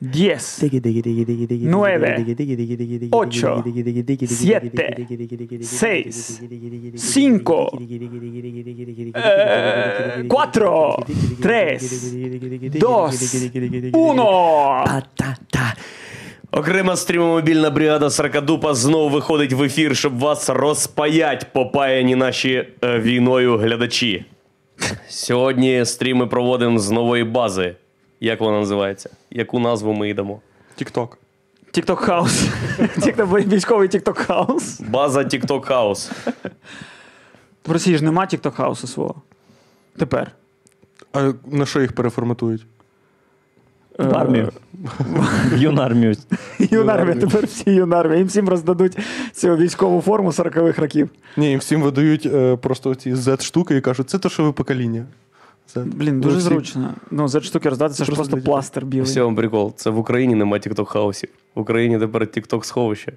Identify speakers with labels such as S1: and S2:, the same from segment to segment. S1: 10, Nueve, ocho, siete, seis, cinco, eh, cuatro, tres, dos, uno.
S2: Та-та-та.
S3: Окрема стрімомобільна бригада Сракадупа знову виходить в ефір, щоб вас розпаять, попаяні наші е, війною глядачі. Сьогодні стріми проводимо з нової бази. Як вона називається? Яку назву ми йдемо?
S4: Тік-ток.
S1: Тікток хаус. Тікток військовий тікток хаус.
S3: База TikTok House.
S1: В Росії ж нема тікток хаусу свого. Тепер.
S4: А на що їх переформатують?
S1: Е,
S2: В армію. В юнармію.
S1: Ну, Юнармія, тепер всі юнармія. Їм всім роздадуть цю військову форму 40-х років.
S4: Ні, їм всім видають е, просто ці Z-штуки і кажуть, це то, що ви покоління. Це-
S1: Блін,
S4: Ну,
S1: дуже
S4: всі-
S1: зручно. Ну, за штуки роздати, це ж
S4: Просто
S1: просто
S4: для-
S1: пластир
S3: Все
S1: білий.
S3: вам прикол. Це в Україні нема TikTok хаусів. В Україні тепер TikTok сховище.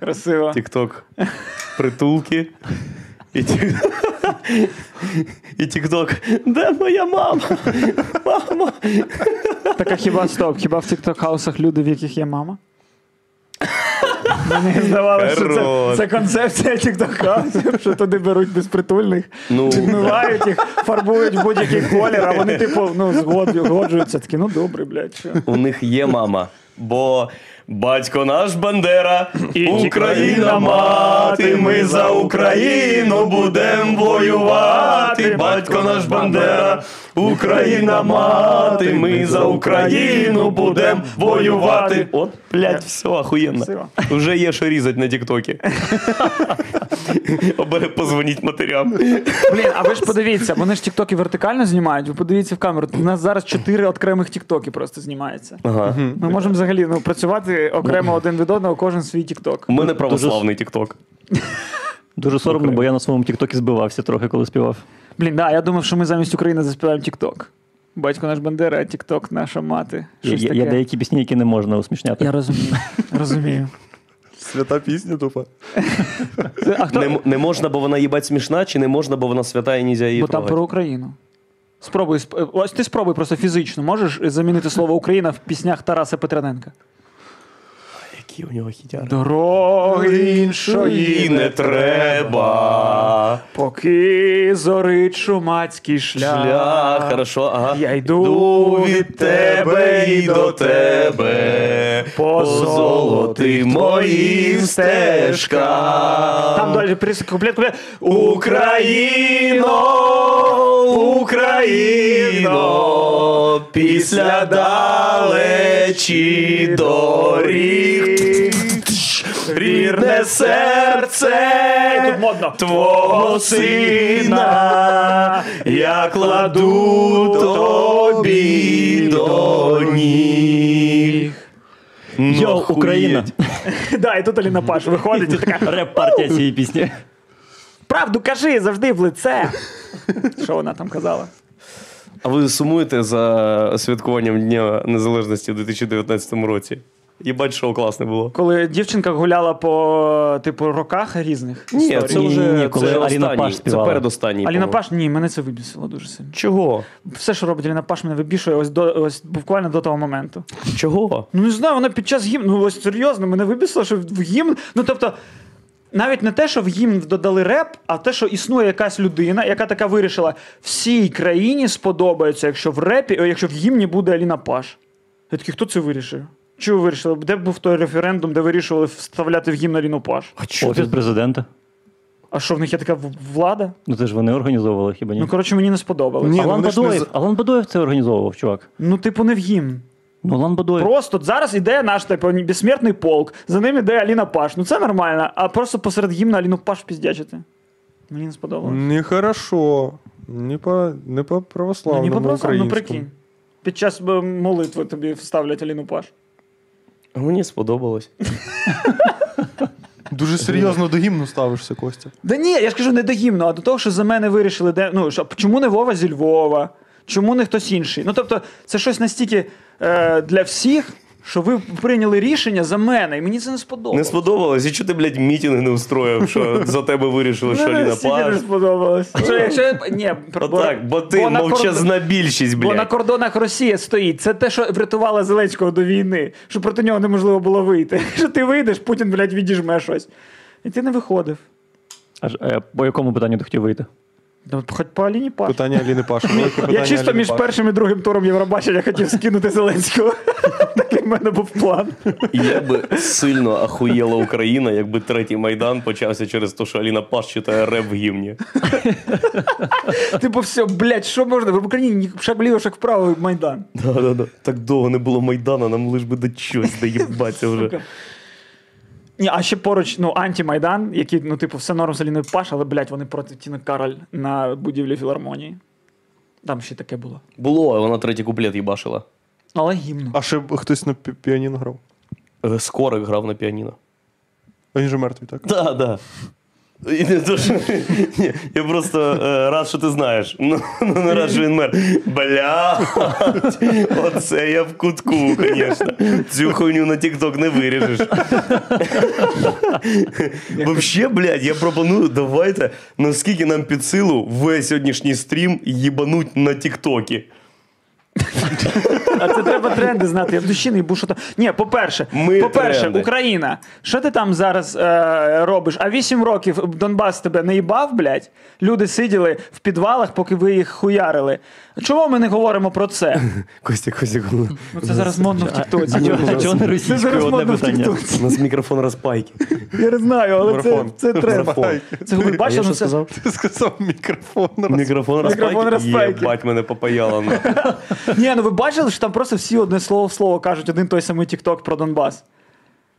S1: Красиво.
S3: TikTok притулки. І тік- І TikTok. Де моя мама? Мама.
S1: Так а хіба стоп? Хіба в тікток хаусах люди, в яких є мама? Мені здавалося, що це,
S3: Хорош.
S1: це концепція тікток хаусів, що туди беруть безпритульних,
S3: Ну,
S1: підмивають їх, фарбують в будь-який колір, а вони, типу, ну, згод- згоджуються. Такі, ну добре, блядь, що.
S3: у них є мама. Бо батько наш Бандера, і Україна мати, ми за Україну будем воювати. Батько наш Бандера, Україна мати, ми за Україну будем воювати. От, блядь, все охуєнно.
S1: Красиво.
S3: Уже є що різати на Тіктокі. Обере позвоніть матерям.
S1: Блін, а ви ж подивіться, вони ж тіктоки вертикально знімають, ви подивіться в камеру. У нас зараз чотири окремих тіктоки просто знімається.
S3: Ага.
S1: Ми можемо взагалі ну, працювати окремо один від одного, кожен свій тікток.
S3: У мене православний Тікток.
S2: Дуже соромно, бо я на своєму тіктокі збивався трохи, коли співав.
S1: Блін, да, я думав, що ми замість України заспіваємо тікток. Батько наш Бандера, а тікток наша мати.
S2: Я,
S1: Щось
S2: я,
S1: таке.
S2: я деякі пісні, які не можна усмішняти.
S1: Я розумію. розумію.
S4: Свята пісня тупа.
S1: Це- А хто?
S3: Не, м- не можна, бо вона їбать смішна, чи не можна, бо вона свята і нельзя її
S1: Бо там
S3: трогать?
S1: про Україну. Спробуй, сп- е, ось ти спробуй просто фізично. Можеш замінити слово Україна в піснях Тараса Петрененка?
S3: Які у нього хітяри?
S1: Дороги
S3: І
S1: іншої
S3: не треба.
S1: Поки зорить шумацький шлях.
S3: Шлях, хорошо, ага.
S1: Я йду
S3: від тебе і до тебе. По золотим моїм стежкам.
S1: Там далі прис- куплет, куплет.
S3: Україно, Україно, після далечі доріг. Рідне серце
S1: Е, Тут модно.
S3: твого сина я кладу тобі до ніг.
S2: Йо,
S3: Нахуєть.
S2: Україна!
S1: Да, і тут Аліна Паш виходить і така.
S2: Реп-партія цієї пісні.
S1: Правду кажи завжди в лице. Що вона там казала?
S3: А ви сумуєте за святкуванням Дня Незалежності в 2019 році? Їбать, що класне було.
S1: Коли дівчинка гуляла по типу роках різних.
S3: Ні,
S1: історій.
S3: це вже
S2: Ні, ні, коли
S3: це
S2: Аліна
S3: останній,
S2: Паш
S3: це
S2: співала.
S3: передостанній.
S1: Аліна
S3: по-моєму.
S1: Паш, ні, мене це вибісило дуже сильно.
S3: Чого?
S1: Все, що робить Аліна Паш, мене вибішує ось до ось буквально до того моменту.
S3: Чого?
S1: Ну не знаю, вона під час гімну, ну ось серйозно, мене вибісило, що в гімн. Ну тобто, навіть не те, що в гімн додали реп, а те, що існує якась людина, яка така вирішила, всій країні сподобається, якщо в репі, о, якщо в гімні буде Аліна Паш. Я такий, хто це вирішив? Чого ви вирішили? Де був той референдум, де вирішували вставляти в гімн Аліну Паш?
S2: Офіс президента.
S1: А що в них є така в- влада?
S2: Ну це ж вони організовували, хіба ні?
S1: Ну коротше, мені не сподобалось.
S4: Ні, ну,
S2: Алан
S4: вони ж не
S2: Бадоєв,
S4: з-
S2: Алан Бадоєв це організовував, чувак.
S1: Ну, типу, не в гімн.
S2: Ну, Алан Бадоєв.
S1: Просто зараз іде наш типу безсмертний полк, за ним іде Аліна Паш. Ну це нормально, а просто посеред гімна Аліну Паш піздячити. Мені не сподобалось.
S4: Нехорошо. Не по, не по
S1: Ну,
S4: православному
S1: ні, попросив, ну
S4: українському.
S1: прикинь. Під час е, молитви тобі вставлять Аліну Паш.
S3: А Мені сподобалось.
S4: Дуже серйозно до гімну ставишся, Костя.
S1: Да ні, я ж кажу, не до гімну, а до того, що за мене вирішили, де ну що, чому не Вова зі Львова, чому не хтось інший. Ну тобто, це щось настільки е, для всіх, що ви прийняли рішення за мене, і мені це не сподобалось.
S3: Не сподобалось, і чого ти, блядь, мітінг не устроїв, що за тебе вирішили, що
S1: Мене
S3: Аліна
S1: настільки
S3: Паш.
S1: не сподобалось. Що якщо я б- ні, про-
S3: Отак, бо ти
S1: на кордон-
S3: мовчазна більшість,
S1: Бо на
S3: блядь.
S1: кордонах Росія стоїть. Це те, що врятувало Зеленського до війни, що проти нього неможливо було вийти. Що ти вийдеш, Путін, блядь, відіжме щось. І ти не виходив.
S2: Аж, е, по якому питанню ти хотів вийти?
S1: Ну, Хоч по Аліні Паш.
S4: Питання Аліни Паши. Велике
S1: Я
S4: питання
S1: чисто
S4: Аліни
S1: між
S4: Паш.
S1: першим і другим туром Євробачення хотів скинути Зеленського. Такий в мене був план.
S3: Я би сильно ахуєла Україна, якби третій майдан почався через те, що Аліна Паш читає реп в гімні.
S1: Типу, все, блядь, що можна? В Україні ні- шаг вліво, шаг вправо, майдан.
S3: Да-да-да. Так довго не було майдана, нам лиш би до чогось доїбатися вже.
S1: Сука. Ні, а ще поруч, ну, антимайдан, який, ну, типу, все норм з Аліною Паш, але, блядь, вони проти Тіни Кароль на будівлі філармонії. Там ще таке було. Ну,
S3: Було, а вона третій куплет їбашила.
S1: Але гімн.
S4: А ще б хтось на пі- піаніно грав.
S3: Е, Скорик грав на піаніно.
S4: А Він же мертвий, так?
S3: Да, да. І не то, що... Ні, я просто е, рад, що ти знаєш. Ну, ну, не рад, що він мер. Бля, оце я в кутку, звісно. Цю хуйню на TikTok не виріжеш. Вообще, блядь, я пропоную, давайте, наскільки нам під силу весь сьогоднішній стрім їбануть на Тіктокі.
S1: А це треба тренди знати. Я в душі не їбу, що там. Ні, по-перше,
S3: Ми
S1: по-перше,
S3: тренди.
S1: Україна, що ти там зараз е, робиш? А вісім років Донбас тебе не їбав, блядь? Люди сиділи в підвалах, поки ви їх хуярили. Чому ми не говоримо про це?
S3: Костя, Костя,
S1: Ну це зараз модно в Тіктоці.
S2: А чого не російською одне питання?
S3: у нас мікрофон розпайки.
S1: Я не знаю, але це,
S4: Марафон.
S1: це тренд.
S4: Марафон.
S1: Це ви бачили, ну, це
S4: Ти сказав мікрофон. раз.
S3: Мікрофон розпайки.
S1: Мікрофон розпайки.
S3: Єбать, мене попаяло. нахуй.
S1: ні, ну ви бачили, що там просто всі одне слово в слово кажуть один той самий Тікток про Донбас.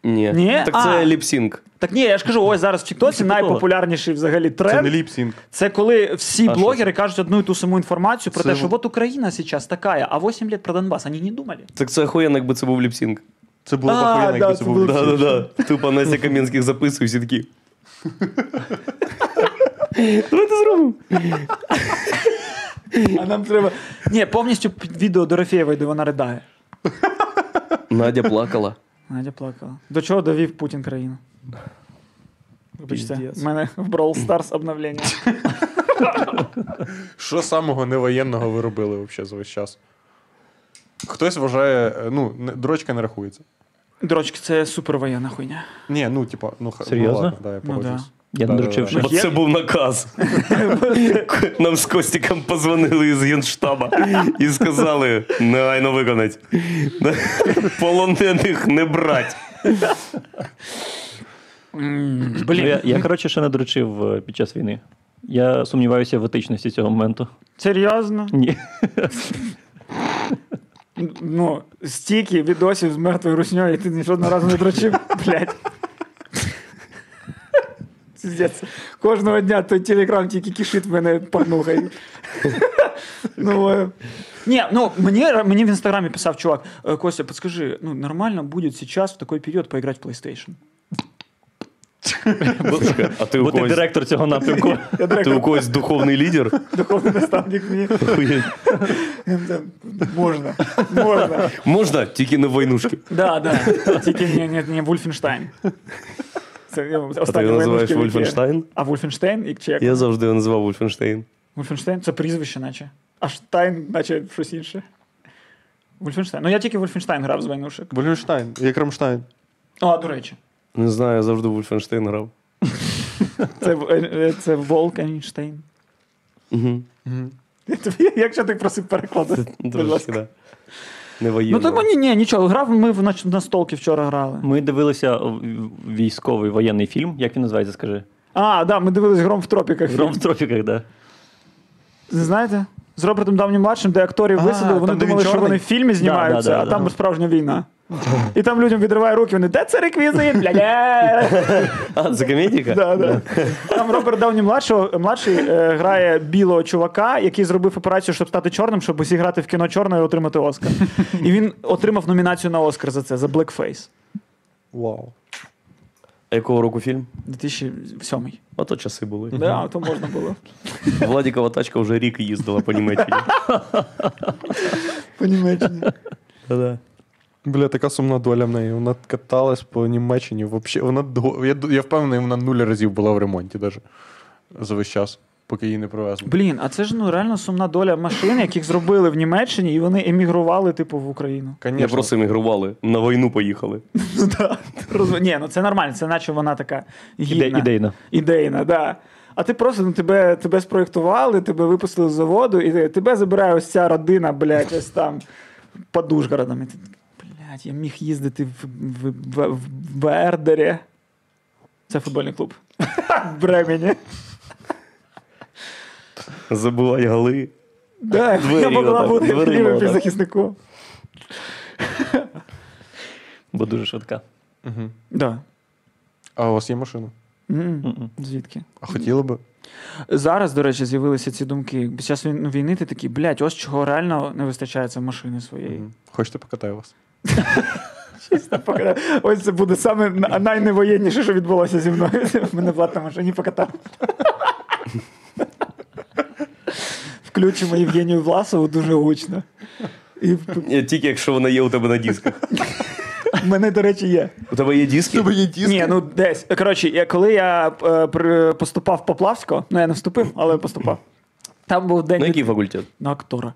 S3: Ні.
S1: Ні?
S3: Так це
S1: А.
S3: ліпсінг.
S1: Так ні, я ж кажу, ось зараз в Тіктоці найпопулярніший взагалі тренд.
S4: Це не ліпсінг.
S1: Це коли всі блогери кажуть одну і ту саму інформацію про
S4: Це
S1: те,
S4: в-
S1: що от Україна зараз така, а 8 лет про Донбас, вони не думали.
S3: Так це охуєнно, якби це був ліпсінг.
S4: Це було б
S1: А,
S4: охуєнно,
S1: да,
S4: якби
S1: це
S4: це був
S1: було б-
S4: ліпсінг.
S3: Да-да-да. Тупо Настя Кам'янських записує всі такі. Давайте зробимо.
S1: А нам треба. Ні, повністю під відео Дорофєєвої, де вона ридає.
S3: Надя плакала.
S1: Надя плакала. До чого довів Путін країну? Вибачте,
S2: Піздец.
S1: в мене в Brawl Stars обновлення.
S4: Що самого невоєнного ви робили взагалі за весь час? Хтось вважає, е, ну, не- дрочка не рахується.
S1: Дрочки, це супервоєнна хуйня.
S4: Ні, ну, типа, ну, ха- ну,
S2: Серйозно?
S4: ладно, да, я
S1: Ну,
S4: погоджуюсь.
S2: Я не
S4: Да-да-да.
S2: доручивши.
S3: Бо це був наказ. Нам з Костіком позвонили із генштаба і сказали: негайно виконать. Полонених не брать.
S2: Ну,
S1: Блін,
S2: Я, я, коротше, ще не доручив е, під час війни. Я сумніваюся в етичності цього моменту.
S1: серйозно?
S2: Ні.
S1: Ну, стільки відосів з мертвою русньою, і ти ні жодного разу не дрочив, блядь. Пиздец. Кожного дня той телеграм тільки кишить мене порнухою. Новою. Ні, ну мені, мені в інстаграмі писав чувак, «Е, Костя, подскажи, ну нормально буде зараз в такий період поіграти в PlayStation?
S3: Слухай, А ти у
S2: Бути
S3: когось,
S2: директор цього напрямку.
S3: ти у когось духовний лідер?
S1: Духовний наставник мені
S3: Охуєть.
S1: там, можна, можна.
S3: Можна, тільки не в войнушки.
S1: Да, да. Тільки не, не, не Вульфенштайн. Це я
S3: А ти
S1: останні
S3: його називаєш
S1: войнушки, які-
S3: Вольфенштейн?
S1: А Вульфенштейн і чек.
S3: Я завжди його називав Вольфенштейн.
S1: Вульфенштейн це прізвище, наче. А Штайн, наче щось інше. Вульфенштейн. Ну я тільки Вульфенштейн грав з войнушек.
S4: Вольфенштайн, як Рамштайн.
S1: А, до речі,
S3: Не знаю, я завжди Вольфенштейн грав.
S1: це, е, е, це Волкенштейн.
S3: Угу.
S1: Я тобі- Якщо ти просив перекладу. будь
S3: Трошки,
S1: ласка.
S3: да. Не
S1: Ну
S3: воєнно.
S1: тому ні, ні, нічого. Грав ми в нач- на столки вчора грали.
S2: Ми дивилися в- в- військовий воєнний фільм. Як він називається, скажи?
S1: А, да, ми дивились гром в тропіках.
S2: Гром в тропіках, да.
S1: Не знаєте? З Робертом Давнім младшим, де акторів
S4: А,
S1: висадили, вони
S4: там, де він
S1: думали, що
S4: чорний?
S1: вони в фільмі знімаються,
S2: да,
S1: а
S2: да,
S1: там
S2: да.
S1: справжня війна. І там людям відриває руки, вони де це реквізит? Бля-ля!»
S3: А, це комедіка?
S1: Да, да. Там Роберт Дауні младшого младший е, грає білого чувака, який зробив операцію, щоб стати чорним, щоб усі грати в кіно чорно і отримати Оскар. І він отримав номінацію на Оскар за це, за Blackface.
S4: Вау.
S3: А якого року фільм?
S1: 2007.
S3: А то часи були.
S1: Да, то можна було.
S3: Владікова тачка вже рік їздила по Німеччині.
S1: По Німеччині.
S3: Да-да.
S4: Бля, така сумна доля в неї. Вона каталась по Німеччині. Вообще, вона дго- я, ду- я впевнений, вона нуль разів була в ремонті даже за весь час, поки її не привезли.
S1: Блін, а це ж ну реально сумна доля машин, яких зробили в Німеччині, і вони емігрували, типу, в Україну.
S3: Я
S4: Конечно.
S3: просто емігрували, на війну поїхали.
S1: Ну да. Розум- Ні, ну це нормально, це наче вона така
S2: Іде,
S1: гідна.
S2: ідейно.
S1: Ідейна, да. А ти просто ну, тебе, тебе спроєктували, тебе випустили з заводу, і ти- тебе забирає ось ця родина, блядь, ось там під Ужгородом. І ти, такий, блядь, я міг їздити в, в, в, в Бердері. Це футбольний клуб. В Бремені.
S3: Забивай голи.
S1: Да, я
S3: Двері
S1: могла
S2: отак,
S1: бути
S2: дверима
S1: лівим
S2: отак.
S1: півзахисником.
S2: Бо дуже швидка.
S4: Мгм.
S1: Да.
S4: А у вас є машина?
S1: М,
S2: Мгм.
S1: Звідки?
S4: А хотіли би?
S1: Зараз, до речі, з'явилися ці думки. Під час війн- війни ти такий, блядь, ось чого реально не вистачає це машини своєї.
S4: Мгм. Хочете покатаю вас?
S1: Поки- Ось це буде саме на- найневоєнніше, що відбулося зі мною. Мене Влад на машині покатав. Включимо Євгенію Власову дуже гучно. І в-
S3: Е, Тільки якщо вона є у тебе на дисках.
S1: в мене, до речі, є.
S3: У тебе є диски?
S4: є
S1: Ні, ну десь. Коротше, я, коли я е, при- поступав в Поплавського, ну я не вступив, але поступав. Там був день
S3: На який факультет?
S1: на актора.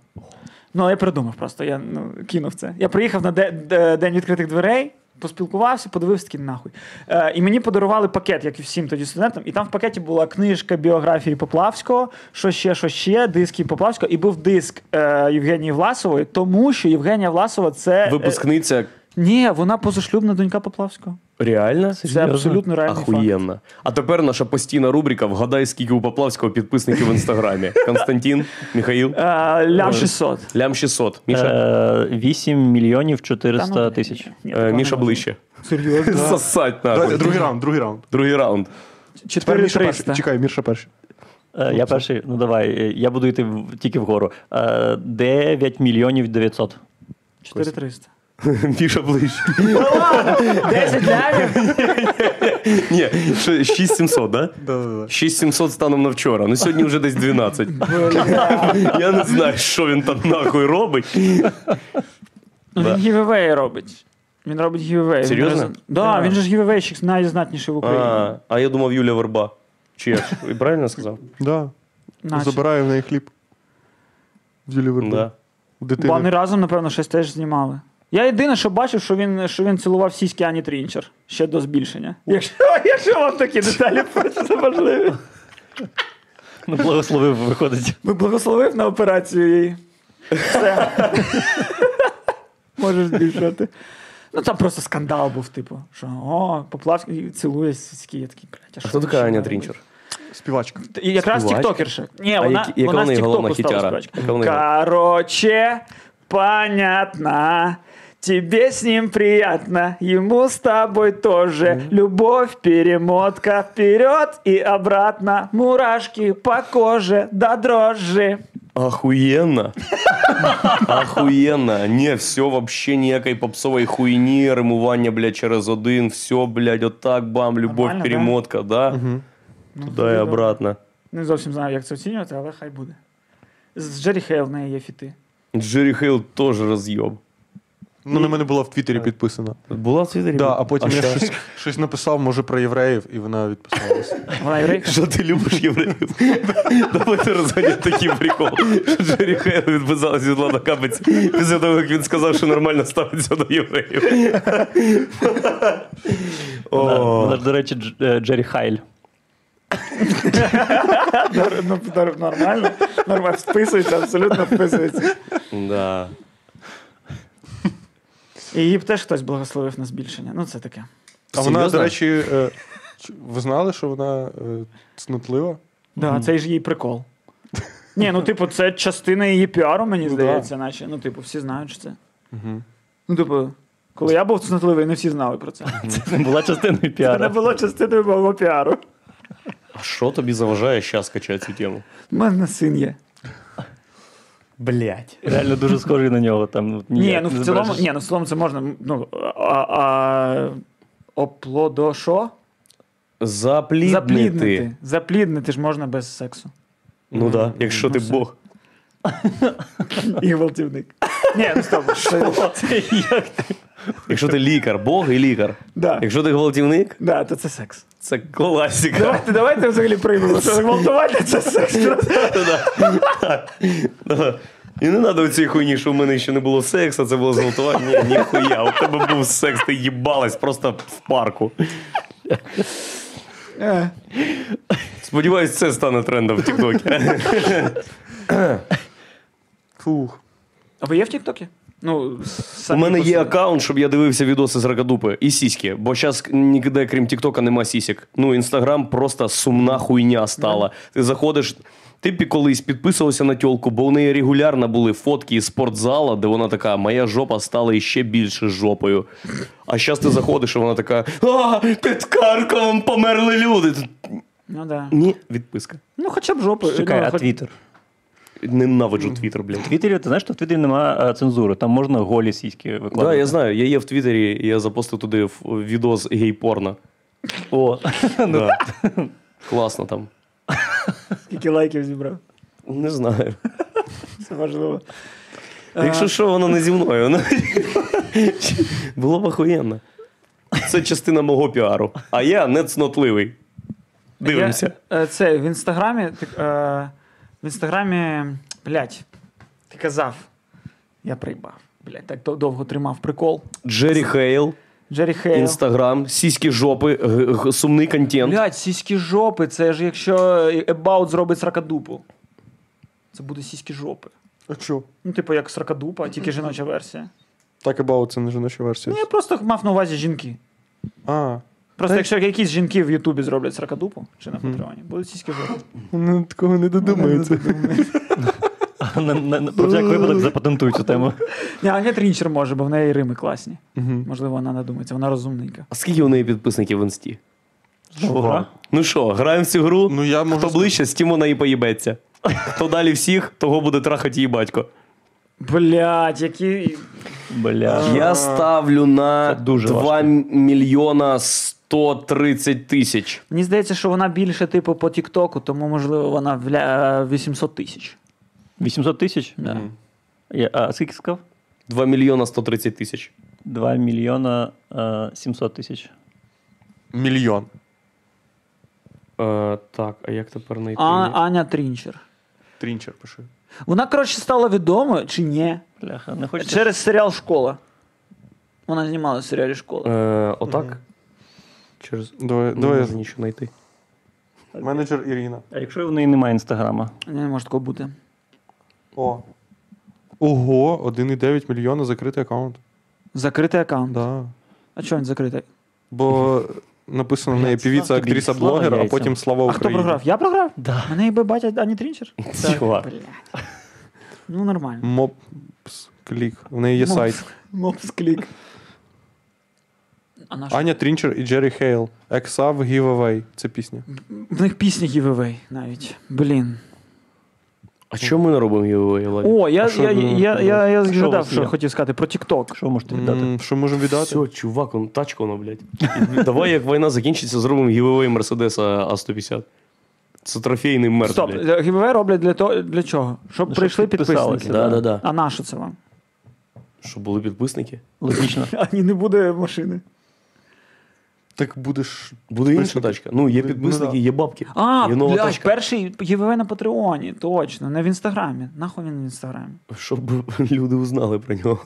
S1: Ну, я придумав просто, я ну, кинув це. Я приїхав на де, де- день відкритих дверей, поспілкувався, подивився такий нахуй. Е, і мені подарували пакет, як і всім тоді студентам. І там в пакеті була книжка біографії Поплавського, що ще, що ще, диски Поплавського, і був диск е, Євгенії Власової, тому що Євгенія Власова це. е,
S3: Випускниця
S1: ні, вона позашлюбна донька Поплавського.
S3: реальна?
S1: Це абсолютно реальний факт.
S3: Ахуєнно. А тепер наша постійна рубрика Вгадай, скільки у Поплавського підписників в інстаграмі. Константин, Михаїл,
S1: Е, лям 600.
S3: лям 600. Міша,
S2: Е, 8 мільйонів
S1: Та
S2: 400
S1: ну,
S2: тисяч.
S1: ні,
S3: е,
S1: ні,
S3: Міша
S1: такого
S3: ближче.
S1: Серйозно?
S3: Засать
S4: Давайте,
S3: нахуй.
S4: другий раунд, другий раунд.
S3: Другий раунд.
S4: Тепер Міша
S1: 4300.
S4: перший. Чекай, Міша перший.
S2: Е, Я перший, ну давай, е, я буду йти в- тільки вгору. Е, 9 мільйонів 900.
S1: 4300.
S3: Міша ближче.
S1: 10 лямів?
S3: Ні, що, 6700, да?
S4: Да-да-да.
S3: 6700 станом на вчора. Ну сьогодні вже десь 12. Я не знаю, що він там нахуй робить.
S1: Ну,
S3: Да.
S1: він гівевей робить. Він робить гівевей.
S3: Серйозно?
S1: Так, да, він же ж гівевейщик найзнатніший в Україні.
S3: А, а я думав, Юля Верба. Чи я ж правильно сказав?
S4: Да. ну,
S1: Наче.
S4: Забираю в неї хліб. В Юлі Вербу.
S3: Да.
S4: У дитини.
S1: Вони разом, напевно, щось теж знімали. Я єдине, що бачив, що він, що він цілував сіськи Ані Трінчер. Ще до збільшення. Якщо, якщо вам такі деталі просто важливі.
S2: Ну, благословив, виходить.
S1: Ви благословив на операцію її. Все. Можеш збільшувати. Ну там просто скандал був, типу, що о, Поплавський цілує сіськи. Я такий, блядь, а що
S3: Хто
S1: ви
S3: така
S1: ще
S3: Аня
S1: робите?
S3: Трінчер?
S4: Співачка.
S1: Т- Якраз
S3: Співачка?
S1: тіктокерша. Ні,
S3: А
S1: вона,
S3: які- яка
S1: вона
S3: в
S1: з
S3: неї
S1: тіктоку
S3: головна
S1: стала
S3: хітяра?
S1: співачка.
S3: Яка в неї головна?
S1: Короче, понятно. Тебе с ним приятно, ему с тобой тоже. Любовь, перемотка вперед и обратно. Мурашки по коже, да дрожжи.
S3: Охуєнно. Охуєнно. Ні, все вообще ніякої попсової хуйні, римування, блядь, через один. Все, блядь, отак, бам, любов,
S1: Нормально, да?
S3: перемотка, да? Туди і
S1: добре.
S3: обратно.
S1: Не зовсім знаю, як це оцінювати, але хай буде. З Джері Хейл в неї є фіти.
S3: Джері Хейл теж роз'єб.
S4: Ну, на мене була в Твіттері підписана.
S3: Була в Твіттері?
S4: Да, а потім я
S3: що?
S4: щось, щось написав, може, про євреїв, і вона відписалася.
S1: Вона єврейка.
S3: Що ти любиш євреїв? Давайте розганяти такий прикол. Що Джері Хейл відв'язалась від Влада Капець після того, як він сказав, що нормально ставиться до євреїв.
S2: Вона,
S3: О.
S2: вона ж, до речі, Дж- е, Джері Хайль.
S1: Ну, Нормально, нормально, вписується, абсолютно вписується.
S3: Да.
S1: І її б теж хтось благословив на збільшення. Ну, це таке.
S4: А вона,
S3: Серйозно?
S4: до речі, е, ч- ви знали, що вона е, цнотлива?
S1: Да, Це ж її прикол. Ні, ну типу, це частина її піару, мені
S4: Ну,
S1: здається, наче. Ну, типу, всі знають, що це.
S4: Угу.
S1: Ну, типу, коли я був цнотливий, не всі знали про це.
S2: Це не була частиною
S1: Це не
S2: піара.
S1: було частиною мого піару.
S3: А що тобі заважає зараз качати цю тему?
S1: У мене син є.
S2: Блять. Реально дуже схожий на нього. Там, ну,
S1: Ні,
S2: ніяк
S1: ну
S2: не
S1: в цілому,
S2: збережеш.
S1: ні, ну в цілому це можна. Ну, а, а, оплодо що?
S3: Запліднити.
S1: Запліднити. Запліднити ж можна без сексу.
S3: Ну так, да, якщо
S1: Ну,
S3: ти
S1: все.
S3: Бог.
S1: і гвалтівник. Ні, ну стоп. Це-
S3: Якщо ти лікар, Бог і лікар.
S1: Да.
S3: Якщо ти гвалтівник,
S1: Да, то це секс.
S3: це класика.
S1: Давайте, давайте взагалі приймемо. Це гвалтувати це секс.
S3: Да. І не треба оцій хуйні, що в мене ще не було секса, це було зґвалтування. Ні, ніхуя. У тебе був секс, ти їбалась просто в парку.
S1: Е.
S3: Сподіваюсь, це стане трендом в Тіктокі.
S4: Фух.
S1: А ви є в Тіктокі? Ну,
S3: У
S1: самі
S3: мене є
S1: послухайте.
S3: аккаунт, щоб я дивився відоси з ракадупи і сіськи, бо зараз ніде, крім Тіктока, нема сісік. Ну, інстаграм просто сумна хуйня стала. Ти заходиш. Ти колись підписувався на тьолку, бо у неї регулярно були фотки із спортзала, де вона така, моя жопа стала іще більше жопою. А зараз ти заходиш, і вона така: А, під Карковом померли люди.
S1: Ну, да.
S3: Ні, відписка.
S1: ну хоча б жопи.
S2: Чекай,
S1: Ну,
S2: а
S1: хоч-
S2: Твіттер?
S3: Ненавиджу твіттер, блін.
S2: В Твіттері, ти знаєш, що в Твіттері немає цензури, там можна голі сіськи викладати.
S3: Так, я знаю, я є в Твіттері, і я запостив туди ф- відос гей-порно.
S2: О,
S3: Да. Класно там.
S1: Скільки лайків зібрав.
S3: Не знаю.
S1: Це важливо.
S3: Якщо що, воно не зі мною. Воно... Було б охуєнно. Це частина мого піару. А я не цнотливий. Дивимося.
S1: Я, е, це в інстаграмі. ти, е, в інстаграмі, блядь, ти казав. Я прийбав. Блядь, так до- довго тримав прикол.
S3: Джері Хейл,
S1: Джері Хейл.
S3: Інстаграм, сіські жопи, г- г- сумний контент.
S1: Блядь, сіські жопи. Це ж якщо е, About зробить сракадупу. Це буде сіські жопи.
S4: А чо?
S1: Ну, типу, як сракадупа, тільки жіноча версія.
S4: Так About це не жіноча версія.
S1: Ну, я просто мав на увазі жінки.
S4: А,
S1: Просто якщо якісь жінки в Ютубі зроблять сракадупу чи на Патреоні, будуть сіські жопи.
S4: ну такого не додумається.
S2: на- на- на- про всяк випадок запатентуй цю тему.
S1: Ні, Агет Рінчер може, бо в неї рими класні.
S4: Мгм.
S1: Можливо, вона надумається, вона розумненька.
S3: А скільки у неї підписників в інсті?
S2: Що, гра?
S3: Ну що, граємо в цю гру?
S4: Ну, я можу
S3: Хто ближче, з тим вона і поїбеться. Хто далі всіх, того буде трахати її батько.
S1: Блять, які.
S2: Бля.
S3: Я ставлю на
S2: Це дуже
S3: 2
S2: важко.
S3: мільйона 130 тисяч.
S1: Мені здається, що вона більше типу по Тіктоку, тому можливо вона в ля- е, 800 тисяч.
S2: 800 тисяч?
S1: Да.
S2: Я- А скільки сказав?
S3: 2 мільйона 130 тисяч.
S2: 2 мільйона е, 700 тисяч.
S4: Мільйон.
S3: Е, так, а як тепер знайти?
S1: А, Аня Трінчер.
S4: Трінчер пиши.
S1: Вона, коротше, стала відомою чи ні?
S2: Бляха, не хочеться.
S1: Через серіал Школа. Вона знімалася в серіалі Школа.
S3: Е, отак? Через...
S4: Давай,
S3: Не
S4: давай.
S3: можу нічого знайти.
S4: Менеджер Ірина.
S2: А якщо в неї немає інстаграма?
S1: Не може такого бути.
S4: О. Ого, 1,9 мільйона закритий аккаунт.
S1: Закритий аккаунт.
S4: Да.
S1: А чого він закритий?
S4: Бо написано в неї
S2: Блядь,
S4: певіця,
S2: слава тобі,
S4: актриса,
S2: слава
S4: блогер, а
S2: яйцям.
S4: потім слава
S1: А хто
S4: Україні.
S1: програв? Я програв?
S2: Да.
S1: Мене і батя Ані Трінчер?
S3: Чувак.
S1: Блядь. Ну, нормально.
S4: Мопс клік. В неї є
S1: Мопс.
S4: сайт.
S1: Мопс клік. А наш...
S4: Аня Трінчер і Джері Хейл. Ексав Giveaway. Це пісня.
S1: В них пісні Giveaway навіть. Блін.
S3: А чому ми не робимо його Євгеній?
S1: О, я,
S4: що
S1: я,
S4: ви-
S1: я, я, я
S2: Що у
S1: згадав,
S2: вас
S1: що
S2: є?
S1: хотів сказати про TikTok.
S2: Що ви можете віддати?
S4: М, Що можемо віддати?
S3: Все, чувак, он тачка воно, блядь. Давай, як війна закінчиться, зробимо гівовий Мерседеса А150. Це трофейний мерт,
S1: Стоп,
S3: блядь.
S1: Giveaway роблять для, того, для чого? Щоб
S2: Ну, щоб
S1: прийшли
S2: підписалися,
S1: підписники.
S3: да, да, да.
S1: А на що це вам?
S3: Щоб були підписники.
S2: Логічно.
S1: Ані не буде машини.
S4: Так будеш.
S3: Буде інша
S4: Підписники.
S3: тачка. Ну, є
S4: Ну,
S3: підписники,
S4: да.
S3: є бабки.
S1: А,
S3: є нова
S1: блядь,
S3: тачка.
S1: перший Giveaway на Патреоні, точно, не в інстаграмі. Нахуй він в інстаграмі.
S3: Щоб люди узнали про нього.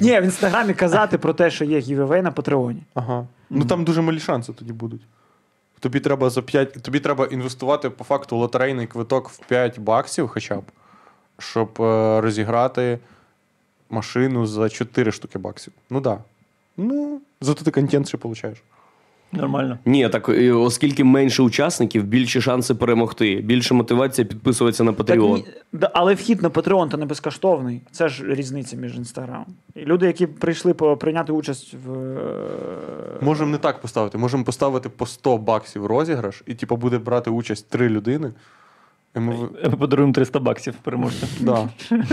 S1: Ні, в інстаграмі казати про те, що є Giveaway на Патреоні.
S4: Ага. Ну там дуже малі шанси тоді будуть. Тобі треба за 5, тобі треба інвестувати по факту лотерейний квиток в 5 баксів хоча б, щоб е, розіграти машину за 4 штуки баксів. Ну так. Да. Ну, зато ти контент ще получаєш.
S2: Нормально.
S3: Ні, так е, оскільки менше учасників, більші шанси перемогти, більше мотивація підписуватися на
S1: Так,
S3: Patreon.
S1: ні, да, але вхід на Patreon то не безкоштовний. Це ж різниця між інстаграмом. І люди, які прийшли по, прийняти участь в. е,
S4: Можемо не так поставити. Можемо поставити по 100 баксів розіграш, і типу, буде брати участь 3 людини. І ми... в-
S2: Ми подаруємо 300 баксів переможцям.
S4: Да.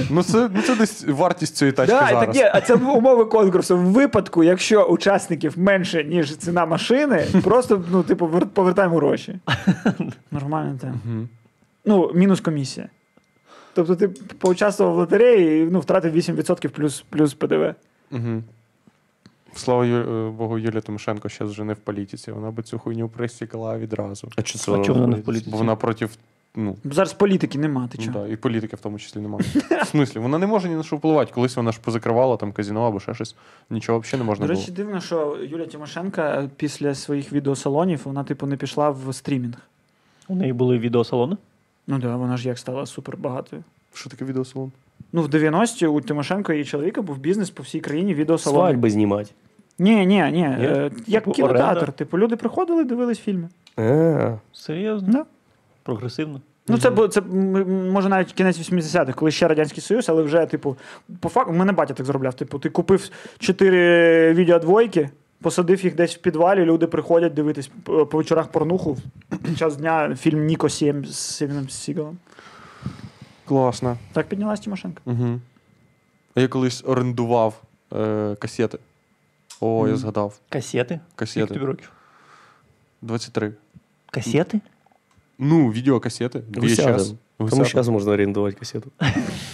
S4: Ну, це, ну, це десь вартість цієї тачки
S1: Да, і
S4: зараз.
S1: так є, а це умови конкурсу. В випадку, якщо учасників менше, ніж ціна машини, просто ну, типу, вер- повертаємо гроші. Нормальна тема. Ну, мінус комісія. Тобто ти поучаствував в лотереї і ну, втратив 8% плюс, плюс ПДВ.
S4: Угу. Слава Ю- е, Богу, Юлія Тимошенко зараз вже не в політиці. Вона би цю хуйню присікла відразу.
S3: А чи це
S2: А
S3: воно?
S2: чого вона не в політиці?
S4: Бо вона проти ну,
S1: Зараз політики нема, ти
S4: ну
S1: чого?
S4: да, і політики в тому числі немає. В смислі, вона не може ні на що впливати. Колись вона ж позакривала там казіно або ще щось. Нічого взагалі не можна
S1: До
S4: було.
S1: речі, дивно, що Юлія Тимошенка після своїх відеосалонів вона, типу, не пішла в стрімінг.
S2: У неї були відеосалони.
S1: Ну так, да, вона ж як стала супербагатою.
S4: Що таке відеосалон?
S1: Ну, в 90-ті у Тимошенко і її чоловіка був бізнес по всій країні відеосалон.
S3: Свадьби знімати.
S1: Ні, ні, ні. е, Як
S2: Типу,
S1: кінотеатр.
S2: оренда?
S1: Типу, люди приходили, дивились фільми. Е.
S3: А,
S2: Серйозно?
S1: Да.
S2: Прогресивно.
S1: Ну, це було це м, м, може навіть кінець 80-х, коли ще Радянський Союз, але вже, типу, по факту, мене батя так зробляв. Типу, ти купив чотири відеодвойки, посадив їх десь в підвалі, люди приходять дивитись по по вечорах порнуху під час дня фільм Ніко Сім з Севіном Сігалом.
S4: Класно.
S1: Так піднялась Тимошенко.
S4: Угу. Я колись орендував е, касети. О, я згадав.
S2: Касети? Скільки тобі
S4: Касети.
S2: років?
S4: 23.
S2: Касети?
S4: Ну, відеокасети.
S3: Гусятин.
S4: VHS.
S3: Тому
S4: Гусятин.
S3: зараз можна орендувати касету.